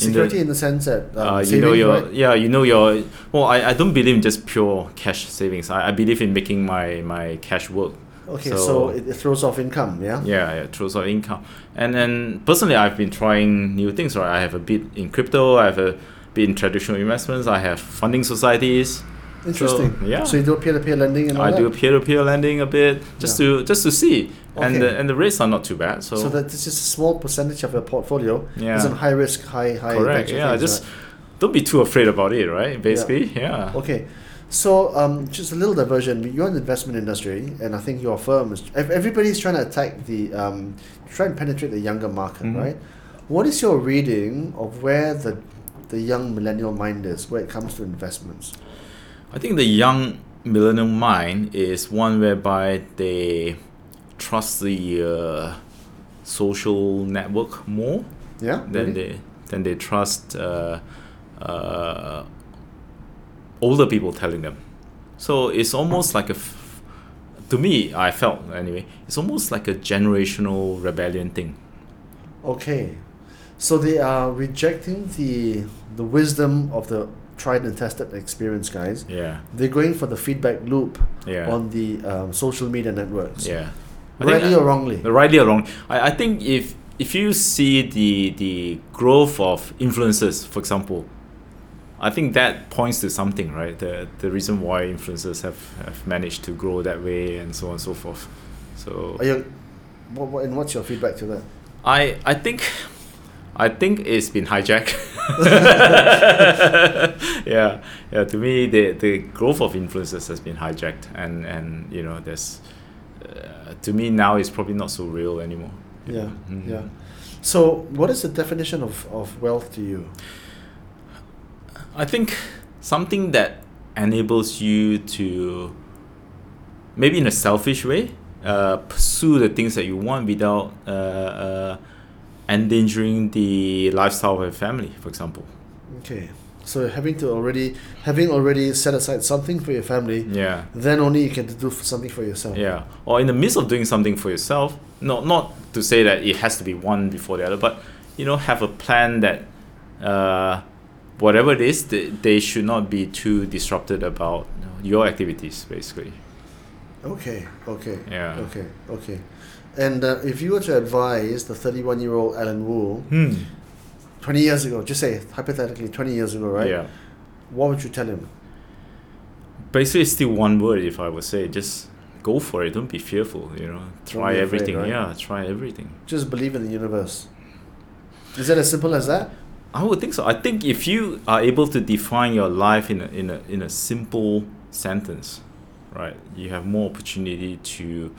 Speaker 2: in the-
Speaker 1: Security in the, sense that um,
Speaker 2: uh, you
Speaker 1: saving,
Speaker 2: know your
Speaker 1: right?
Speaker 2: yeah you know your well I, I don't believe in just pure cash savings I, I believe in making my my cash work
Speaker 1: okay, so,
Speaker 2: so-
Speaker 1: it, it throws off income. Yeah.
Speaker 2: yeah, yeah through sort of income. And then personally, I've been trying new things. Right, I have a bit in crypto. I have a bit in traditional investments. I have funding societies.
Speaker 1: Interesting.
Speaker 2: So, yeah.
Speaker 1: So you do peer-to-peer lending and all
Speaker 2: I
Speaker 1: that.
Speaker 2: do peer-to-peer lending a bit just
Speaker 1: Yeah.
Speaker 2: to just to see. And
Speaker 1: Okay.
Speaker 2: the, and the rates are not too bad. So,
Speaker 1: so, that it's just a small percentage of your portfolio.
Speaker 2: Yeah.
Speaker 1: Isn't high risk, high high.
Speaker 2: correct.
Speaker 1: venture
Speaker 2: Yeah,
Speaker 1: things,
Speaker 2: just
Speaker 1: right?
Speaker 2: don't be too afraid about it. Right. Basically, yeah.
Speaker 1: Okay, so um, just a little diversion. You're in the investment industry, and I think your firm is. ev- Everybody's trying to attack the, um, try and penetrate the younger market,
Speaker 2: Mhm.
Speaker 1: right? What is your reading of where the, the young millennial mind is when it comes to investments?
Speaker 2: I think the young millennial mind is one whereby they trust the uh, social network more.
Speaker 1: Yeah.
Speaker 2: then
Speaker 1: really?
Speaker 2: they then they trust uh, uh, older people telling them. So it's almost like a, f- to me, I felt anyway, it's almost like a generational rebellion thing.
Speaker 1: Okay, so they are rejecting the the wisdom of the tried and tested experience guys.
Speaker 2: Yeah,
Speaker 1: They're going for the feedback loop
Speaker 2: yeah,
Speaker 1: on the um, social media networks.
Speaker 2: yeah. I think
Speaker 1: Rightly
Speaker 2: I-
Speaker 1: or wrongly.
Speaker 2: rightly or wrong. I, I think if if you see the the growth of influencers, for example, I think that points to something, right? The the reason why influencers have, have managed to grow that way and so on and so forth. So
Speaker 1: Are you, what, what, and what's your feedback to that?
Speaker 2: I I think I think it's been hijacked. [LAUGHS] yeah, yeah. To me, the the growth of influencers has been hijacked, and and you know, there's uh, to me now it's probably not so real anymore.
Speaker 1: Yeah,
Speaker 2: Mhm.
Speaker 1: yeah. So, what is the definition of, of wealth to you?
Speaker 2: I think something that enables you to maybe in a selfish way uh, pursue the things that you want without uh, uh, endangering the lifestyle of your family, for example.
Speaker 1: Okay, so having to already having already set aside something for your family,
Speaker 2: Yeah.
Speaker 1: then only you can do f- something for yourself.
Speaker 2: Yeah, or in the midst of doing something for yourself, no, not to say that it has to be one before the other, but you know, have a plan that uh, whatever it is, they, they should not be too disrupted about your activities, basically.
Speaker 1: Okay. Okay.
Speaker 2: Yeah.
Speaker 1: Okay. Okay. And uh, if you were to advise the thirty-one-year-old Alan Wu
Speaker 2: Hmm.
Speaker 1: twenty years ago, just say hypothetically twenty years ago, right?
Speaker 2: Yeah.
Speaker 1: What would you tell him?
Speaker 2: Basically, it's still one word. If I would say, just go for it. Don't be fearful. You know, try
Speaker 1: be afraid,
Speaker 2: everything.
Speaker 1: right?
Speaker 2: Yeah, try everything.
Speaker 1: Just believe in the universe. Is that as simple as that?
Speaker 2: I would think so. I think if you are able to define your life in a, in a, in a simple sentence, right, you have more opportunity to,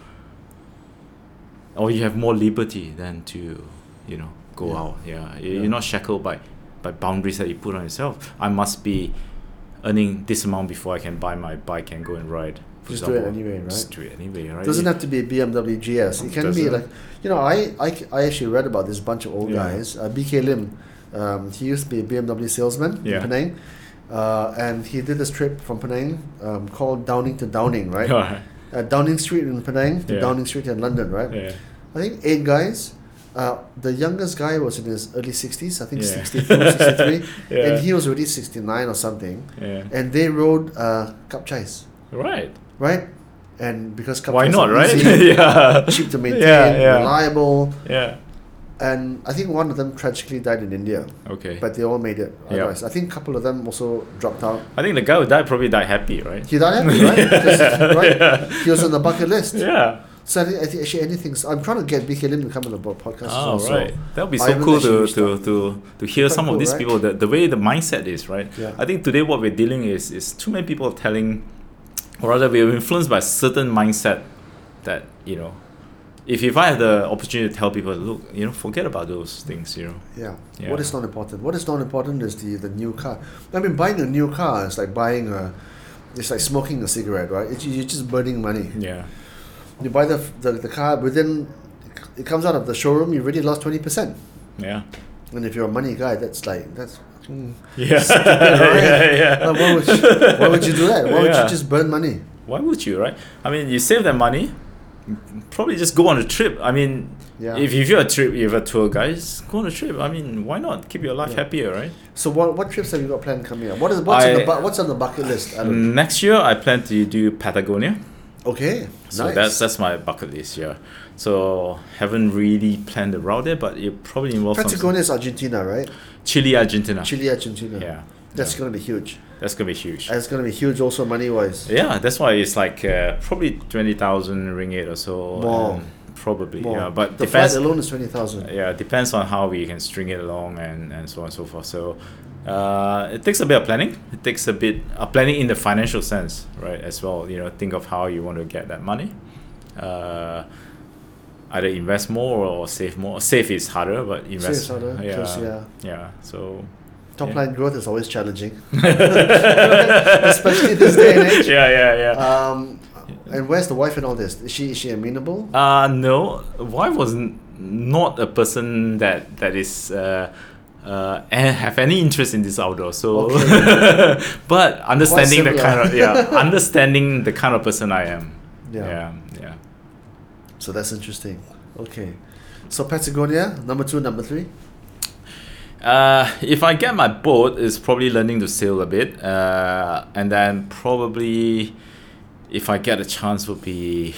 Speaker 2: or you have more liberty than to, you know, go
Speaker 1: Yeah.
Speaker 2: out. Yeah. You-
Speaker 1: Yeah.
Speaker 2: You're not shackled by, by boundaries that you put on yourself. I must be earning this amount before I can buy my bike and go and ride. For
Speaker 1: Just do it anyway, right?
Speaker 2: Just do it anyway, right?
Speaker 1: Doesn't have to be BMW GS. It can be
Speaker 2: Doesn't.
Speaker 1: like, you know, I, I, I actually read about this bunch of old
Speaker 2: Yeah.
Speaker 1: guys. Uh, BK Lim, um, he used to be a BMW salesman
Speaker 2: Yeah.
Speaker 1: in Penang. Uh, and he did this trip from Penang um, called Downing to Downing, right?
Speaker 2: Yeah.
Speaker 1: Uh, Downing Street in Penang to
Speaker 2: Yeah.
Speaker 1: Downing Street in London, right?
Speaker 2: [LAUGHS] yeah.
Speaker 1: I think eight guys. Uh, the youngest guy was in his early 60s, I think
Speaker 2: Yeah.
Speaker 1: 62, 63.
Speaker 2: [LAUGHS] Yeah.
Speaker 1: And he was already 69 or something.
Speaker 2: Yeah.
Speaker 1: And they rode uh, Cup Chais.
Speaker 2: Right.
Speaker 1: right? And because
Speaker 2: Why
Speaker 1: companies
Speaker 2: not,
Speaker 1: are
Speaker 2: right?
Speaker 1: easy,
Speaker 2: [LAUGHS] yeah.
Speaker 1: cheap to maintain,
Speaker 2: Yeah, yeah.
Speaker 1: reliable,
Speaker 2: Yeah.
Speaker 1: and I think one of them tragically died in India,
Speaker 2: Okay.
Speaker 1: but they all made it.
Speaker 2: Yeah.
Speaker 1: Otherwise, I think a couple of them also dropped
Speaker 2: [LAUGHS]
Speaker 1: out.
Speaker 2: I think the guy who died probably died happy, right?
Speaker 1: He died happy,
Speaker 2: [LAUGHS]
Speaker 1: right? Because, right?
Speaker 2: Yeah.
Speaker 1: He was on the bucket list.
Speaker 2: Yeah.
Speaker 1: So I think, I think actually anything's. I'm trying to get BK Lim to come on the bo- podcast. as
Speaker 2: Oh,
Speaker 1: well, so
Speaker 2: right. That would be
Speaker 1: I
Speaker 2: so
Speaker 1: haven't
Speaker 2: cool
Speaker 1: actually
Speaker 2: to,
Speaker 1: reached
Speaker 2: to, to, to hear
Speaker 1: Quite
Speaker 2: some
Speaker 1: cool,
Speaker 2: of these
Speaker 1: right?
Speaker 2: people, the, the way the mindset is, right?
Speaker 1: Yeah.
Speaker 2: I think today what we're dealing is, is too many people telling, or rather we're influenced by certain mindset that, you know, if, if I had the opportunity to tell people, look, you know, forget about those things, you know.
Speaker 1: Yeah.
Speaker 2: Yeah.
Speaker 1: What is not important? What is not important is the, the new car. I mean, buying a new car is like buying a, it's like smoking a cigarette, right? It's, you're just burning money.
Speaker 2: Yeah.
Speaker 1: You buy the, the, the car within, it comes out of the showroom, you already lost 20%.
Speaker 2: Yeah.
Speaker 1: And if you're a money guy, that's like, that's. mm,
Speaker 2: [LAUGHS]
Speaker 1: [LAUGHS]
Speaker 2: Yeah.
Speaker 1: right?
Speaker 2: yeah, yeah.
Speaker 1: Like, why, would you, why would you do that? Why would
Speaker 2: Yeah.
Speaker 1: you just burn money?
Speaker 2: why would you right i mean you save that money probably just go on a trip i mean
Speaker 1: Yeah.
Speaker 2: if, if you're a trip if you're a tour guy just go on a trip i mean why not keep your life
Speaker 1: Yeah.
Speaker 2: happier right
Speaker 1: So what, what trips have you got planned coming up? What is what's, on, the
Speaker 2: I- Mm.
Speaker 1: bu- what's on the bucket list? Adam?
Speaker 2: next year i plan to do patagonia
Speaker 1: Okay,
Speaker 2: so
Speaker 1: nice.
Speaker 2: that's that's my bucket list yeah so haven't really planned the route there but it probably involves some-
Speaker 1: Patagonia is Argentina, right?
Speaker 2: chile argentina
Speaker 1: Chile, Argentina.
Speaker 2: Ah. yeah
Speaker 1: That's
Speaker 2: yeah.
Speaker 1: going to be huge.
Speaker 2: that's gonna be huge
Speaker 1: And it's going to be huge also money wise.
Speaker 2: yeah that's why it's like uh, probably 20000 ringgit or so
Speaker 1: More.
Speaker 2: um, probably
Speaker 1: More.
Speaker 2: yeah but
Speaker 1: the
Speaker 2: depends
Speaker 1: flight alone is 20,000.
Speaker 2: yeah, it depends on how we can string it along and, and so on and so forth. So uh, it takes a bit of planning. It takes a bit of planning in the financial sense, right? As well, you know, think of how you want to get that money. Uh, either invest more or save more. Save is harder, but invest.
Speaker 1: Serious order,
Speaker 2: yeah,
Speaker 1: close, yeah.
Speaker 2: yeah. So
Speaker 1: Top
Speaker 2: Yeah.
Speaker 1: line growth is always
Speaker 2: [LAUGHS]
Speaker 1: challenging, [LAUGHS] especially this day and age.
Speaker 2: Yeah, yeah, yeah.
Speaker 1: Um, and where's the wife and all this? Is she is she amenable?
Speaker 2: Uh, no. Why was n- not a person that that is uh, uh, and have any interest in this outdoor? So, [LAUGHS] but understanding the
Speaker 1: similar.
Speaker 2: kind of yeah, understanding the kind of person I am. Yeah, yeah.
Speaker 1: So that's interesting. Okay. So Patagonia, number two, number three.
Speaker 2: Uh, if I get my boat, it's probably learning to sail a bit, uh, and then probably if I get a chance, would be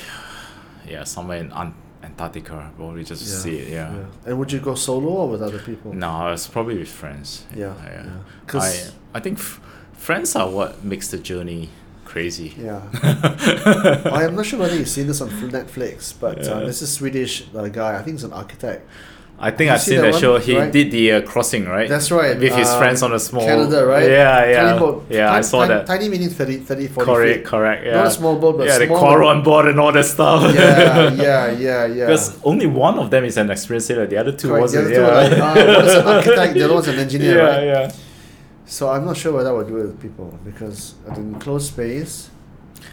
Speaker 2: yeah somewhere in Ant- Antarctica, probably just to see it. yeah.
Speaker 1: And would you go solo or with other people?
Speaker 2: No, it's probably with friends.
Speaker 1: Yeah,
Speaker 2: yeah.
Speaker 1: yeah. 'Cause-
Speaker 2: I, I think f- friends are what makes the journey crazy. [LAUGHS]
Speaker 1: Yeah. I am not sure whether you've seen this on Netflix, but uh,
Speaker 2: Yeah.
Speaker 1: this is Swedish uh, guy. I think he's an architect.
Speaker 2: I think
Speaker 1: You
Speaker 2: I've
Speaker 1: see
Speaker 2: seen
Speaker 1: that
Speaker 2: that,
Speaker 1: one,
Speaker 2: show. He
Speaker 1: right?
Speaker 2: did the uh, crossing, right?
Speaker 1: That's right.
Speaker 2: With his
Speaker 1: um,
Speaker 2: friends on a small
Speaker 1: Canada, right?
Speaker 2: Yeah, yeah,
Speaker 1: Tiny boat.
Speaker 2: yeah. I
Speaker 1: Tiny-
Speaker 2: saw
Speaker 1: tiny-
Speaker 2: that.
Speaker 1: Tiny meaning 30, 30 40
Speaker 2: correct,
Speaker 1: feet.
Speaker 2: correct. Yeah.
Speaker 1: Not a small boat, but
Speaker 2: yeah, they
Speaker 1: small
Speaker 2: quarrel
Speaker 1: boat.
Speaker 2: on board and all that stuff.
Speaker 1: yeah,
Speaker 2: [LAUGHS]
Speaker 1: yeah, yeah, yeah.
Speaker 2: Because only one of them is an experienced sailor. The other two
Speaker 1: Correct,
Speaker 2: wasn't.
Speaker 1: the other two
Speaker 2: yeah.
Speaker 1: are like, uh, one's an architect, the other one's an engineer,
Speaker 2: [LAUGHS] Yeah,
Speaker 1: right?
Speaker 2: yeah.
Speaker 1: So I'm not sure whether I would do it with people because at an enclosed space,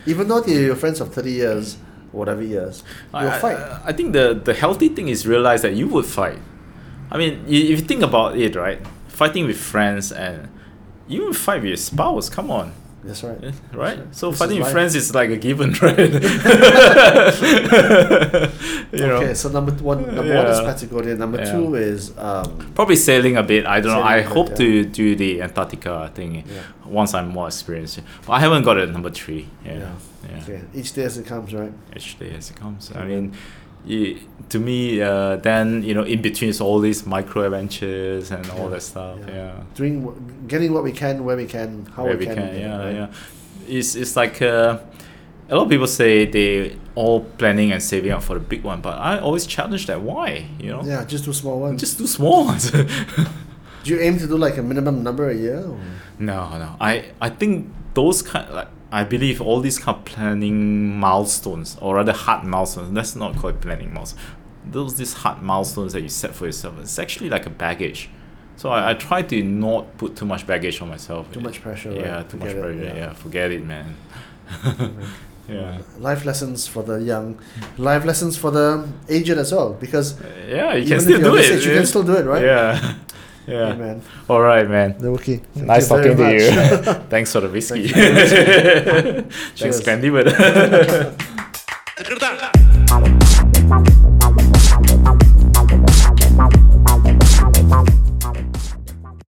Speaker 1: even though they're your friends of 30 years, whatever years,
Speaker 2: I- uh,
Speaker 1: you'll
Speaker 2: I,
Speaker 1: fight.
Speaker 2: I- I think the, the healthy thing is realize that you would fight. I mean, i- if you think about it, right? Fighting with friends and you would fight with your spouse. Come on,
Speaker 1: That's right.
Speaker 2: eh, right? So
Speaker 1: This is
Speaker 2: fighting with
Speaker 1: life.
Speaker 2: friends is like a given, [LAUGHS]
Speaker 1: [LAUGHS]
Speaker 2: right? you know,
Speaker 1: Okay, so number th- one, number one is
Speaker 2: Yeah.
Speaker 1: Patagonia. Number
Speaker 2: Yeah.
Speaker 1: two is um,
Speaker 2: probably sailing a bit. I don't know.
Speaker 1: Sailing
Speaker 2: I
Speaker 1: a bit,
Speaker 2: hope
Speaker 1: yeah.
Speaker 2: to do the Antarctica thing
Speaker 1: Yeah.
Speaker 2: once I'm more experienced. But I haven't got a number three. Yeah,
Speaker 1: Yeah.
Speaker 2: yeah.
Speaker 1: okay, each day as it comes, right?
Speaker 2: each day as it comes. I mean, y to me, uh, then you know, in between is all these micro adventures and all
Speaker 1: Yeah,
Speaker 2: that stuff.
Speaker 1: yeah.
Speaker 2: Yeah,
Speaker 1: Doing, wh- getting what we can, where we can, how
Speaker 2: Where
Speaker 1: we, can.
Speaker 2: yeah,
Speaker 1: right?
Speaker 2: yeah. It's it's like uh, a lot of people say they all planning and saving up for the big one, but I always challenge that. Why? You know,
Speaker 1: Yeah, just do small ones.
Speaker 2: just do small ones. [LAUGHS]
Speaker 1: do you aim to do like a minimum number a year? Or?
Speaker 2: No, no. I I think those kind like I believe all these kind of planning milestones or rather hard milestones. That's not called planning milestones. Those these hard milestones that you set for yourself. It's actually like a baggage. So I, I try to not put too much baggage on myself.
Speaker 1: Too much pressure,
Speaker 2: Yeah,
Speaker 1: right?
Speaker 2: too
Speaker 1: Forget it,
Speaker 2: much pressure.
Speaker 1: yeah. Mm-hmm.
Speaker 2: yeah. forget it, man. [LAUGHS] [LAUGHS] yeah.
Speaker 1: Life lessons for the young, life lessons for the aged as well. Because
Speaker 2: Yeah, you
Speaker 1: Even
Speaker 2: can
Speaker 1: if
Speaker 2: still
Speaker 1: you're
Speaker 2: do
Speaker 1: this
Speaker 2: it.
Speaker 1: age, you can still do it, right?
Speaker 2: Yeah. [LAUGHS] Yeah.
Speaker 1: Amen.
Speaker 2: All right, man.
Speaker 1: The Wookie. Thank
Speaker 2: nice
Speaker 1: you very
Speaker 2: talking to you.
Speaker 1: much.
Speaker 2: [LAUGHS]
Speaker 1: [LAUGHS]
Speaker 2: Thanks for the whiskey. [LAUGHS]
Speaker 1: Thank you for Cheers.
Speaker 2: Thanks,
Speaker 1: [LAUGHS]
Speaker 2: Candy. but-
Speaker 3: Thank you.